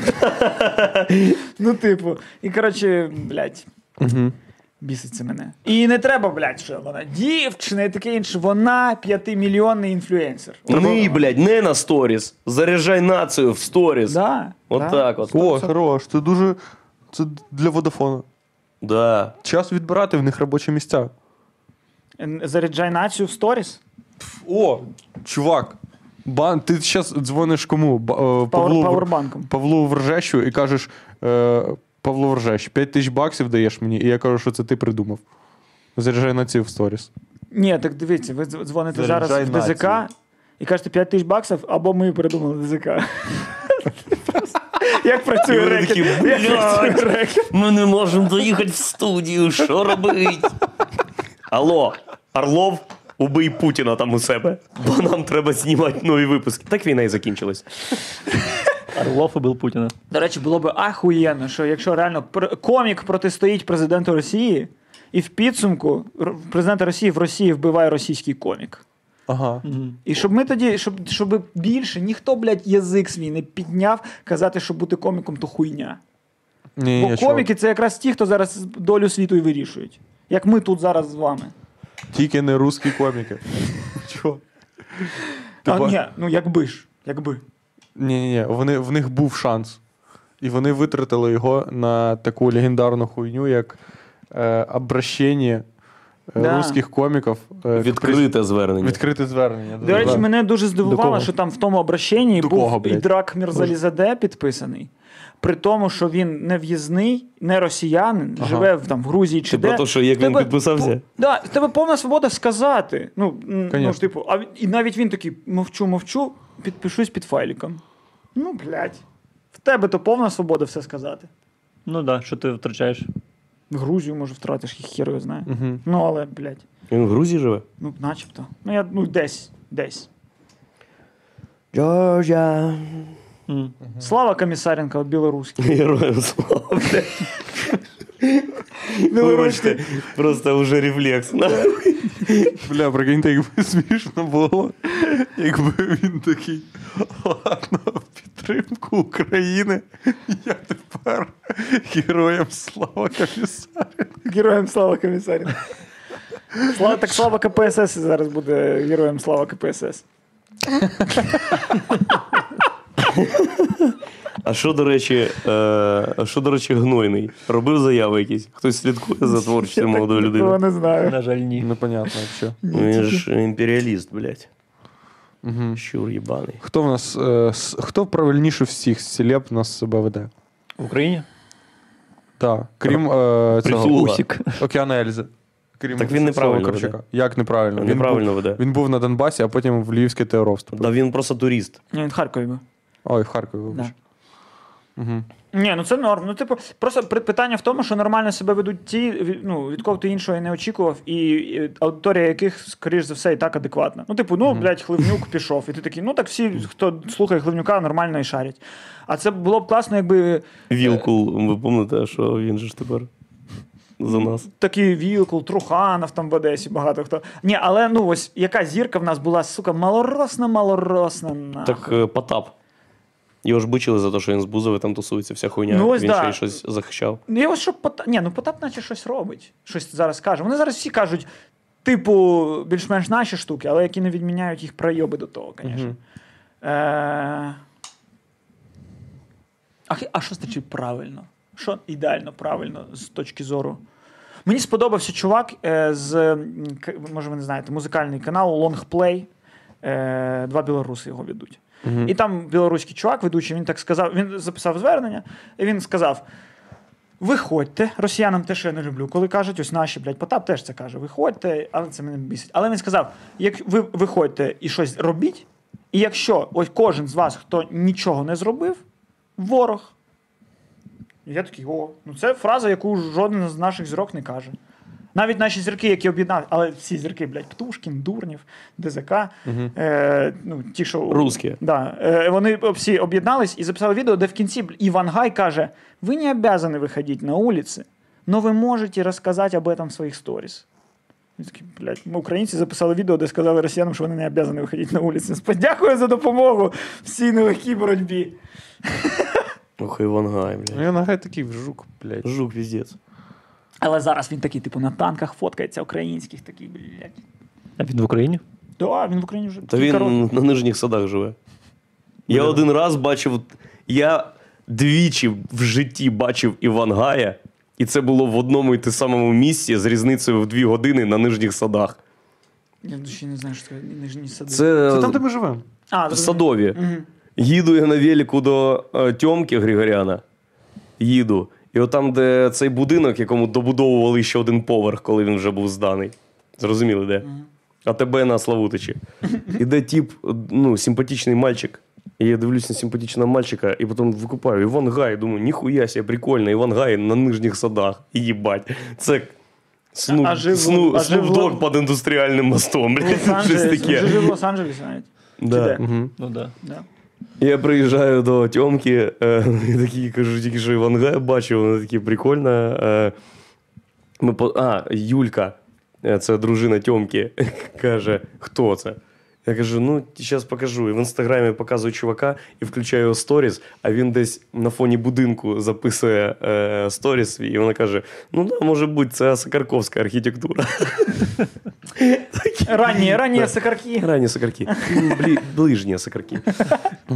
S1: Ну, типу, і коротше, блядь. Біситься мене. І не треба, блядь, що вона дівчина і таке інше. Вона п'ятимільйонний інфлюенсер.
S3: Ні, блядь, не на сторіс. Заряджай націю в сторіс.
S1: Да, да.
S3: От так от.
S4: О, хорош, це дуже. Це для Водафона.
S3: Да.
S4: Час відбирати в них робочі місця.
S1: Н- Заряджай націю в сторіс.
S4: О, чувак. Бан, ти зараз дзвониш кому? Ба- е, Павлу, Вр-
S1: пауербанком.
S4: Павлу Вржещу і кажеш: е, Павло Вржещ, 5 тисяч баксів даєш мені, і я кажу, що це ти придумав. Заряджай на ці в сторіс.
S1: Ні, так дивіться, ви дз- дзвоните
S4: Заряджай
S1: зараз в ДЗК
S4: націю.
S1: і кажете 5 тисяч баксів, або ми придумали ДЗК. Як працює
S3: Вони такі,
S1: рекет? Як
S3: «Блядь».
S1: працює рекет?
S3: Ми не можемо доїхати в студію, що робити? Алло, Орлов, убий Путіна там у себе, бо нам треба знімати нові випуски. Так війна і закінчилась.
S2: Орлов і Біл Путіна.
S1: До речі, було би ахуєнно, що якщо реально пр- комік протистоїть президенту Росії, і в підсумку р- президента Росії в Росії вбиває російський комік.
S4: Ага.
S1: І щоб ми тоді, щоб, щоб більше ніхто, блядь, язик свій не підняв казати, що бути коміком то хуйня.
S4: Ні,
S1: Бо
S4: я чувак,
S1: коміки це якраз ті, хто зараз долю світу і вирішують. Як ми тут зараз з вами.
S4: Тільки не русські коміки. Чого?
S1: А,
S4: ба-
S1: ні, ну якби ж, якби.
S4: Ні, ні, ні. Вони, в них був шанс. І вони витратили його на таку легендарну хуйню, як е, обращення е,
S1: Да.
S4: русських коміків. Е, к
S3: Відкрите
S4: през-
S3: звернення.
S4: Відкрите звернення.
S1: До речі, мене дуже
S4: До кого?
S1: здивувало, що там в тому обращенні
S4: До
S1: був
S4: кого,
S1: і
S4: блядь?
S1: драк Мірзалізаде підписаний. При тому, що він не в'їзний, не росіянин, живе в там в Грузії чи
S3: Ти
S1: де.
S3: про те, що як він підписався?
S1: пу- Да, в тебе повна свобода сказати. Ну, м, ну
S4: Конечно.
S1: ж, типу, а він- і навіть він такий мовчу, мовчу, підпишусь під файліком. Ну, блядь. В тебе то повна свобода все сказати.
S2: Ну так, да, що ти втрачаєш?
S1: Грузію може втратиш, їх хер його знає.
S4: Угу.
S1: Ну, але, блядь,
S3: Він в Грузії живе?
S1: ну, начебто. Ну, я ну десь, десь.
S3: Джорджа.
S1: Слава Комісаренко, от білоруський.
S3: Героям слава. блядь. Вибачте, просто вже рефлекс.
S4: Бля, прикиньте, якби смішно було, якби він такий ладно, в підтримку України. Я тепер героям слава комісарю.
S1: Героям слава Комісаренко. Слава, так слава КПСС зараз буде героєм слава КПСС.
S3: А що, до речі, е, а що, до речі, гнойний? Робив заяви якісь? Хтось слідкує за творчістю молодої
S1: Такого
S3: людини?
S1: не знаю.
S2: На жаль, ні.
S4: Непонятно, що.
S3: Він Ну, ж імперіаліст, блядь.
S4: Угу.
S3: Щур їбаний.
S4: Хто в нас е, с- хто правильніше всіх з селеб нас себе веде?
S2: В Україні?
S4: Так, крім е, цього
S2: Усік.
S4: Океана Ельзи. Крім
S3: Так він неправильно
S4: Слава
S3: веде.
S4: Кравчука. Як неправильно? Він
S3: Неправильно
S4: був-
S3: веде.
S4: Він був на Донбасі, а потім в Львівське ТРО вступив.
S3: Да він просто турист.
S1: Ні, він в Харкові був.
S4: Ой, в Харкові, вибач.
S1: Да. Ні, ну це норм. Ну, типу, просто при- питання в тому, що нормально себе ведуть ті, від- ну, від кого ти іншого і не очікував, і, і аудиторія яких, скоріш за все, і так адекватна. Ну, типу, ну, блядь, Хливнюк пішов. І ти такий, ну так всі, хто слухає Хливнюка, нормально і шарять. А це було б класно, якби
S3: Вілкул, ви пам'ятаєте, що він же ж тепер за нас.
S1: такий Вілкул, Труханов там в Одесі, багато хто. Ні, але ну ось яка зірка в нас була, сука, малоросна, малоросна. нахуй.
S3: Так е, Потап. Його ж бучили за те, що він з Бузови там тусується, вся хуйня.
S1: Ну, ось
S3: він
S1: да.
S3: ще й щось захищав.
S1: Ну, Я ось що Потап... Ні, ну Потап наче щось робить. Щось зараз каже. Вони зараз всі кажуть, типу, більш-менш наші штуки, але які не відміняють їх пройоби до того, звісно.
S4: Мгм.
S1: Е... А, хи- а що значить правильно? Що ідеально правильно з точки зору? Мені сподобався чувак е, з, м, к- може, ви не знаєте, музикальний канал Longplay. Е, два білоруси його ведуть. І там білоруський чувак, ведучий, він так сказав, він записав звернення, і він сказав: Виходьте, росіянам те, що я не люблю, коли кажуть, ось наші, блядь, Потап теж це каже, виходьте, але це мене бісить. Але він сказав: як ви виходьте і щось робіть, і якщо ось кожен з вас, хто нічого не зробив, ворог. І я такий, о, ну це фраза, яку жоден з наших зірок не каже. Навіть наші зірки, які об'єднали, але всі зірки, блядь, Птушкін, Дурнів, ДЗК, е, ну, ті, що
S3: Русські.
S1: Да. Е, Вони всі об'єднались і записали відео, де в кінці бл- Іван Гай каже: Ви не обязаны виходити на вулиці, но ви можете розказати об этом в своїх сторіс. Він такий, блядь, ми українці записали відео, де сказали росіянам, що вони не обязані виходити на вулиці. Дякую за допомогу в цій нелегкій боротьбі.
S3: Ох, Іван Гай, блядь.
S4: Ну, Я нагай такий жук, блядь.
S3: Жук піздець.
S1: Але зараз він такий, типу, на танках фоткається українських, такий, блядь.
S2: А він в Україні?
S1: Да, він в Україні вже
S3: Та
S1: кілька років.
S3: він на нижніх садах живе. Я один раз бачив, я двічі в житті бачив Іван Гая, і це було в одному і те самому місці з різницею в дві години на нижніх садах.
S1: Я ще не знаю, що це нижні сади.
S3: Це,
S4: Це там, де ми живемо.
S1: А,
S3: в
S1: зрозумів.
S3: садові. Їду я на велику до е, Тьомки Григоряна. Їду. І от там, де цей будинок, якому добудовували ще один поверх, коли він вже був зданий. Зрозуміли, де? А тебе на Славутичі. Іде тіп, ну, симпатичний мальчик. І я дивлюсь на симпатичного мальчика, і потім викупаю Іван Гай. Думаю, ніхуя себе, прикольно, Іван Гай на нижніх садах. Їбать. Це сну,
S1: А жив-
S3: сну,
S1: а
S3: сну
S1: жив-
S3: вдох під індустріальним мостом. Блядь, щось
S1: Лос-Анджелес. Він
S3: таке.
S1: жив в Лос-Анджелесі навіть. Чи де?
S3: Да.
S2: Ну так. Да.
S1: Да.
S3: Я приїжджаю до Тьомки, е, і такі кажу, тільки що Іван Гай бачив, вона такі прикольна. Е, ми по... А, Юлька, е, це дружина Тьомки, каже, хто це? Я кажу, ну, зараз покажу. І в інстаграмі показую чувака і включаю його сторіс, а він десь на фоні будинку записує е, сторіс, свій, і вона каже: ну да, може бути, це Сокарковська архітектура.
S1: Ранні, ранні сикарки.
S3: Ранні сокарки. Блі... Ближні сокарки.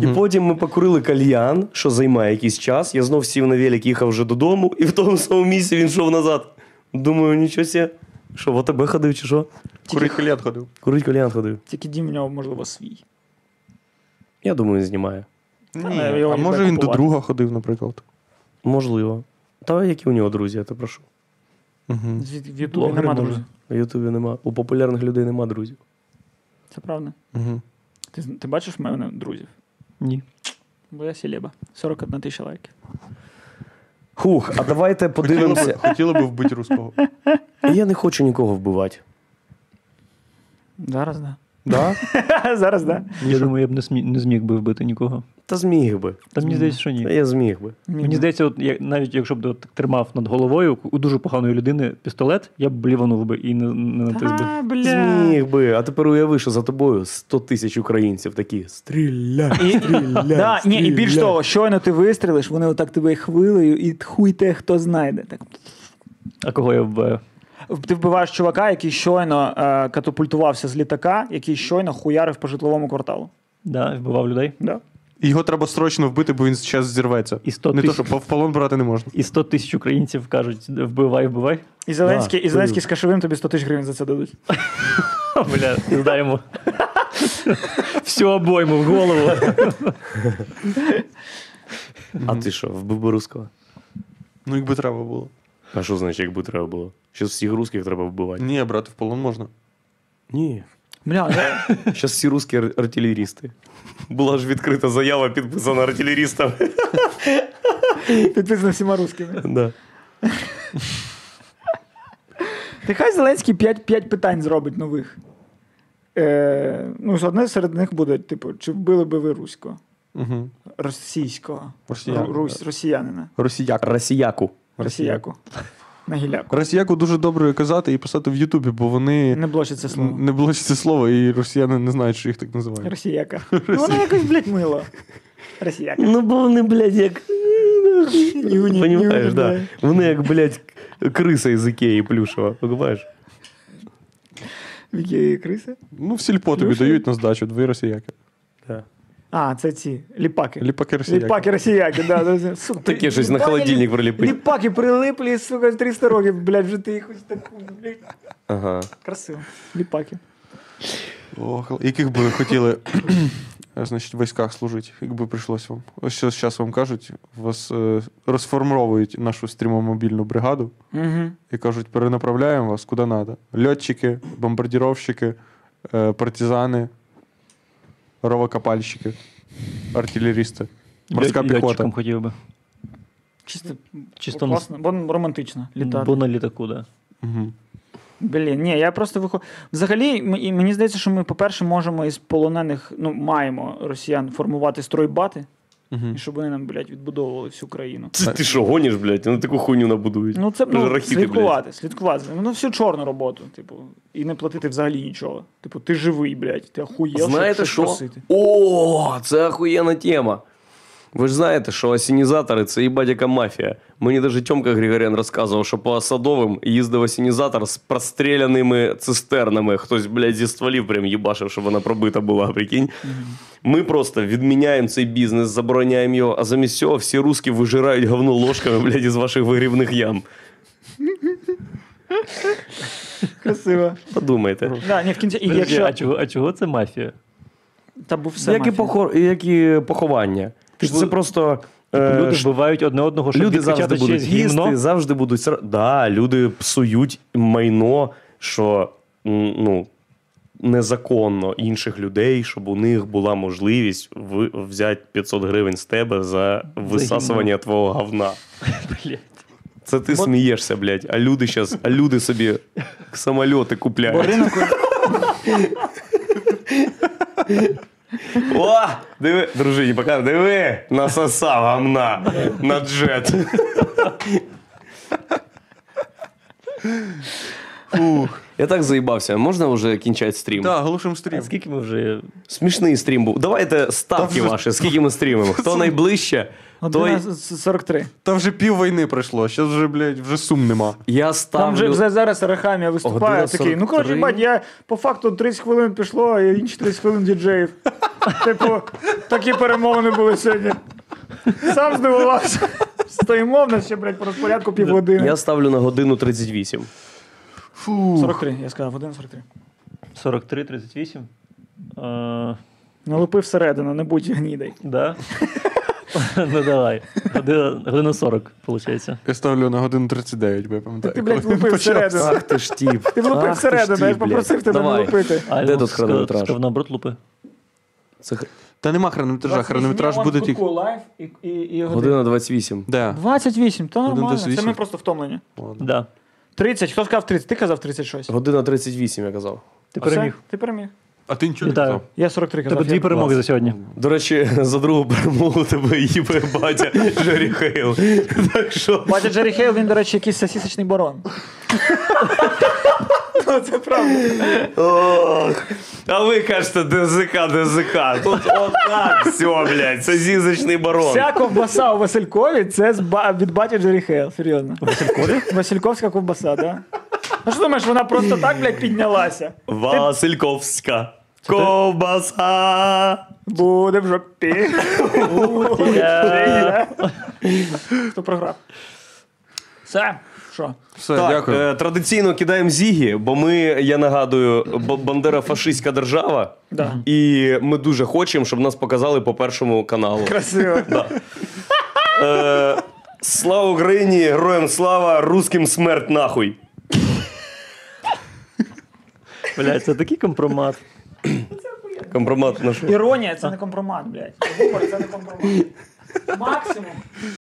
S3: І потім ми покурили кальян, що займає якийсь час. Я знов сів на велик, їхав вже додому, і в тому самому місці він йшов назад. Думаю, нічого себе. Що, в АТБ ходив чи що?
S4: Курить каліт ходив.
S3: Курить кальян ходив.
S1: Тільки дім в нього, можливо, свій.
S3: Я думаю, він знімає.
S1: Та
S4: Ні,
S1: не, його
S4: а
S1: ніде
S4: може він до
S1: купувати.
S4: друга ходив, наприклад.
S3: Можливо. Та які у нього друзі, я те прошу.
S4: Угу.
S1: Звід- В Ютубі нема
S3: може.
S1: друзів.
S3: В Ютубі нема. У популярних людей нема друзів.
S1: Це правда.
S4: Угу.
S1: Ти, з- ти бачиш в мене друзів?
S2: Ні.
S1: Бо я селеба. 41 тисяча лайків.
S3: Хух, а давайте
S4: Хотіла би,
S3: подивимося.
S4: хотіла би вбити руського.
S3: Я не хочу нікого вбивати.
S1: Зараз, да.
S4: Да?
S1: Зараз, да.
S2: Я думаю, я б не, смі... не зміг би вбити нікого.
S3: Та зміг би.
S2: Та мені здається, що ні.
S3: Я зміг би.
S2: Мені здається, от, я, навіть якщо б от, тримав над головою у дуже поганої людини пістолет, я б бліванув би і не, не натис би.
S1: Та, бля.
S3: Зміг би. А тепер уяви, що за тобою 100 тисяч українців такі. Стріляй, стріляй,
S1: Да, ні, і більш того, щойно ти вистрілиш, вони отак тебе хвилею, і хуй те, хто знайде. Так.
S2: А кого я вбиваю?
S1: Ти вбиваєш чувака, який щойно е, катапультувався з літака, який щойно хуярив по житловому кварталу.
S2: Да, вбивав людей.
S1: Да.
S4: І Його треба срочно вбити, бо він зараз зірветься.
S2: І 100
S4: не то,
S2: тисяч.
S4: що в полон брати не можна.
S2: І 100 тисяч українців кажуть: вбивай, вбивай.
S1: І Зеленський,
S6: Да,
S1: і Зеленський з кашевим тобі 100 тисяч гривень за це дадуть.
S2: Бля, знаємо. Всю обойму в голову.
S3: А ти що, вбив би русского?
S4: Ну, якби треба було.
S3: А що значить, якби треба було? Щас всіх русських треба вбивати.
S4: Ні, брати в полон можна.
S3: Ні.
S1: Бля,
S3: Щас всі русські ар- артилерісти. Була ж відкрита заява, підписана артилерістами.
S1: підписано всіма русскими.
S3: Да.
S1: Нехай Зеленський 5, 5 питань зробить нових. Е, ну, з одне серед них буде, типу, чи вбили би ви руського?
S4: Угу.
S1: Російського.
S4: Росіянина.
S1: Русь, росіянина.
S4: Росіяк.
S3: Росіяку.
S1: Росіяку. На гіляку.
S4: Росіяку дуже добре казати і писати в Ютубі, бо вони
S1: Не блочиться
S3: Ну,
S1: слово.
S4: не блочать це слово, і росіяни не знають, що їх так називають.
S1: Росіяка. Ну, воно якось, блядь, мило. Росіяка.
S3: Ну, бо вони, блядь, як.
S1: Юні,
S3: Понимаєш,
S1: юні,
S3: да.
S1: да.
S3: Вони як, блядь, криса із Ікеї плюшева. Понимаєш?
S1: Які криси?
S4: Ну, в сільпо тобі
S1: Слушай.
S4: дають на здачу, дві росіяки.
S1: А, це ці ліпаки.
S4: Ліпаки росіяки.
S1: Ліпаки росіяки, да. да, да. Сука,
S3: Таке щось на
S1: ліпаки,
S3: холодильник
S1: ліп-
S3: приліпить.
S1: Ліпаки прилиплі, сука, 300 років, блядь, вже ти їх ось таку, блядь.
S3: Ага.
S1: Красиво. Ліпаки.
S4: Ох, яких би ви хотіли е, значить, в військах служити, якби прийшлось вам. Ось що зараз вам кажуть, вас е, розформовують нашу стрімомобільну бригаду
S1: Угу.
S4: і кажуть, перенаправляємо вас куди треба. Льотчики, бомбардіровщики, е, партизани, ровокопальщики, артилерісти, морська
S2: Льот-
S4: піхота.
S2: льотчиком хотів би.
S1: Чисто,
S2: Чисто на-
S1: класно, бо романтично літати.
S2: Бо на літаку, да.
S4: Мгм.
S1: Блін, ні, я просто виходжу. Взагалі, м- і мені здається, що ми, по-перше, можемо із полонених, ну, маємо росіян формувати стройбати,
S4: Мгм.
S1: і щоб вони нам, блядь, відбудовували всю країну.
S3: Це ти що, гониш, блядь? Ну таку хуйню набудують.
S1: Ну, це
S3: Вже
S1: ну,
S3: рахіти,
S1: слідкувати, слідкувати. Ну, всю чорну роботу, типу, і не платити взагалі нічого. Типу, ти живий, блядь, ти охуєв, щоб
S3: Знаєте
S1: щось
S3: що?
S1: просити.
S3: О, це охуєнна тема. Ви ж знаєте, що асінізатори це їбать яка мафія. Мені навіть Тьомка Григорян розказував, що по Осадовим їздив асінізатор з простріляними цистернами. Хтось, блядь, зі стволів прям їбашив, щоб вона пробита була, прикинь. Ми просто відміняємо цей бізнес, забороняємо його, а замість цього всі русські вижирають говно ложками, блядь, із ваших вигрівних ям.
S1: Красиво.
S3: Подумайте.
S1: Да, ні, в кінці, і
S2: Подожди,
S1: якщо...
S2: а, чого, а чого це мафія?
S1: Та був все
S3: як, і
S1: мафія.
S3: похор... як і поховання. Що це просто. е,
S2: Люди вбивають одне одного, щоб
S3: люди
S2: відкричати
S3: завжди будуть
S2: чиєсь
S3: гісти,
S2: гімно.
S3: завжди будуть сра- да, люди псують майно, що м, ну. Незаконно інших людей, щоб у них була можливість ви- взяти 500 гривень з тебе за висасування твого говна.
S2: Блядь.
S3: Це ти смієшся, блядь. А люди щас, а люди собі самольоти
S1: Бо
S3: купляють.
S1: ринок,
S3: О! Диви, дружині, пока, диви! Насосав гамна на джет. Я так заїбався. Можна вже кінчати стрім?
S4: Так, глушим стрім.
S2: А скільки ми вже
S3: Смішний стрім був. Давайте ставки
S4: Та вже-
S3: ваші, скільки ми стрімимо. Хто найближче, той.
S1: 43.
S4: Та вже пів війни пройшло, зараз вже, блядь, вже сум нема.
S3: Я
S1: Там же
S3: ставлю.
S1: вже зараз Рахамія виступає,
S3: Година
S1: такий. Ну коротше,
S3: 43.
S1: бать, я по факту 30 хвилин пішло, а інші 30 хвилин діджеїв. Типу, такі перемовини були сьогодні. Сам здивувався. Стоїмо в нас ще, блядь, по розпорядку півгодини.
S3: Я ставлю на годину 38.
S1: 43, я сказав, 1.43.
S2: 43-38? Е,
S1: Налупив Ну, всередину, не будь гнідай.
S2: да. ну давай. Година, година 40, виходить.
S4: Я ставлю на годину 39, бо я пам'ятаю.
S1: Ти, блядь, ну-
S4: коли він
S1: лупив
S4: почав.
S1: всередину.
S3: Ах ти ж тіп.
S1: Ти
S3: Ах
S1: влупив
S3: ти ж
S1: всередину, я ж
S3: тіп, блядь.
S1: попросив тебе не
S3: Давай.
S1: лупити.
S2: А ну,
S3: Де тут хронометраж?
S2: Сказав, наоборот, лупи.
S3: Це х-
S4: Та нема хронометража, хронометраж буде тільки.
S3: година 28.
S4: Де?
S1: 28, то нормально. Це
S4: 28.
S1: ми просто втомлені.
S2: Да.
S1: 30, хто сказав 30? Ти казав 36.
S3: Година 38, я казав.
S2: Ти
S1: Все,
S2: переміг.
S1: Ти переміг.
S4: А ти нічого не
S2: Вітаю.
S4: казав.
S1: Я 43
S2: Тебе
S1: казав.
S2: дві
S1: я-
S2: перемоги за сьогодні.
S3: До речі, за другу перемогу тебе їбе батя Джері Хейл. Так що.
S1: Батя Джері Хейл, він, до речі, якийсь сосісочний барон. Це правда.
S3: Ох. А ви кажете ДЗК, ДЗК. Тут отак все, блядь, це зізочний барон.
S1: Вся ковбаса у Василькові це з ба- від батя Джері Хейл, серйозно. Василькові? Васильковська ковбаса, да. А що думаєш, вона просто так, блядь, піднялася?
S3: Васильковська. Ковбаса.
S1: Буде в жопі. Хто програв? Все. Що?
S4: Все,
S3: Так,
S4: дякую.
S3: е, традиційно кидаємо зігі, бо ми, я нагадую, Б- Бандера фашистська держава,
S1: Да.
S3: і ми дуже хочемо, щоб нас показали по першому каналу.
S1: Красиво.
S3: Е, слава Україні, героям слава, русським смерть нахуй.
S2: Блядь, це такий компромат.
S3: Компромат наш.
S1: Іронія це не компромат, блядь. Гумор це не компромат. Максимум.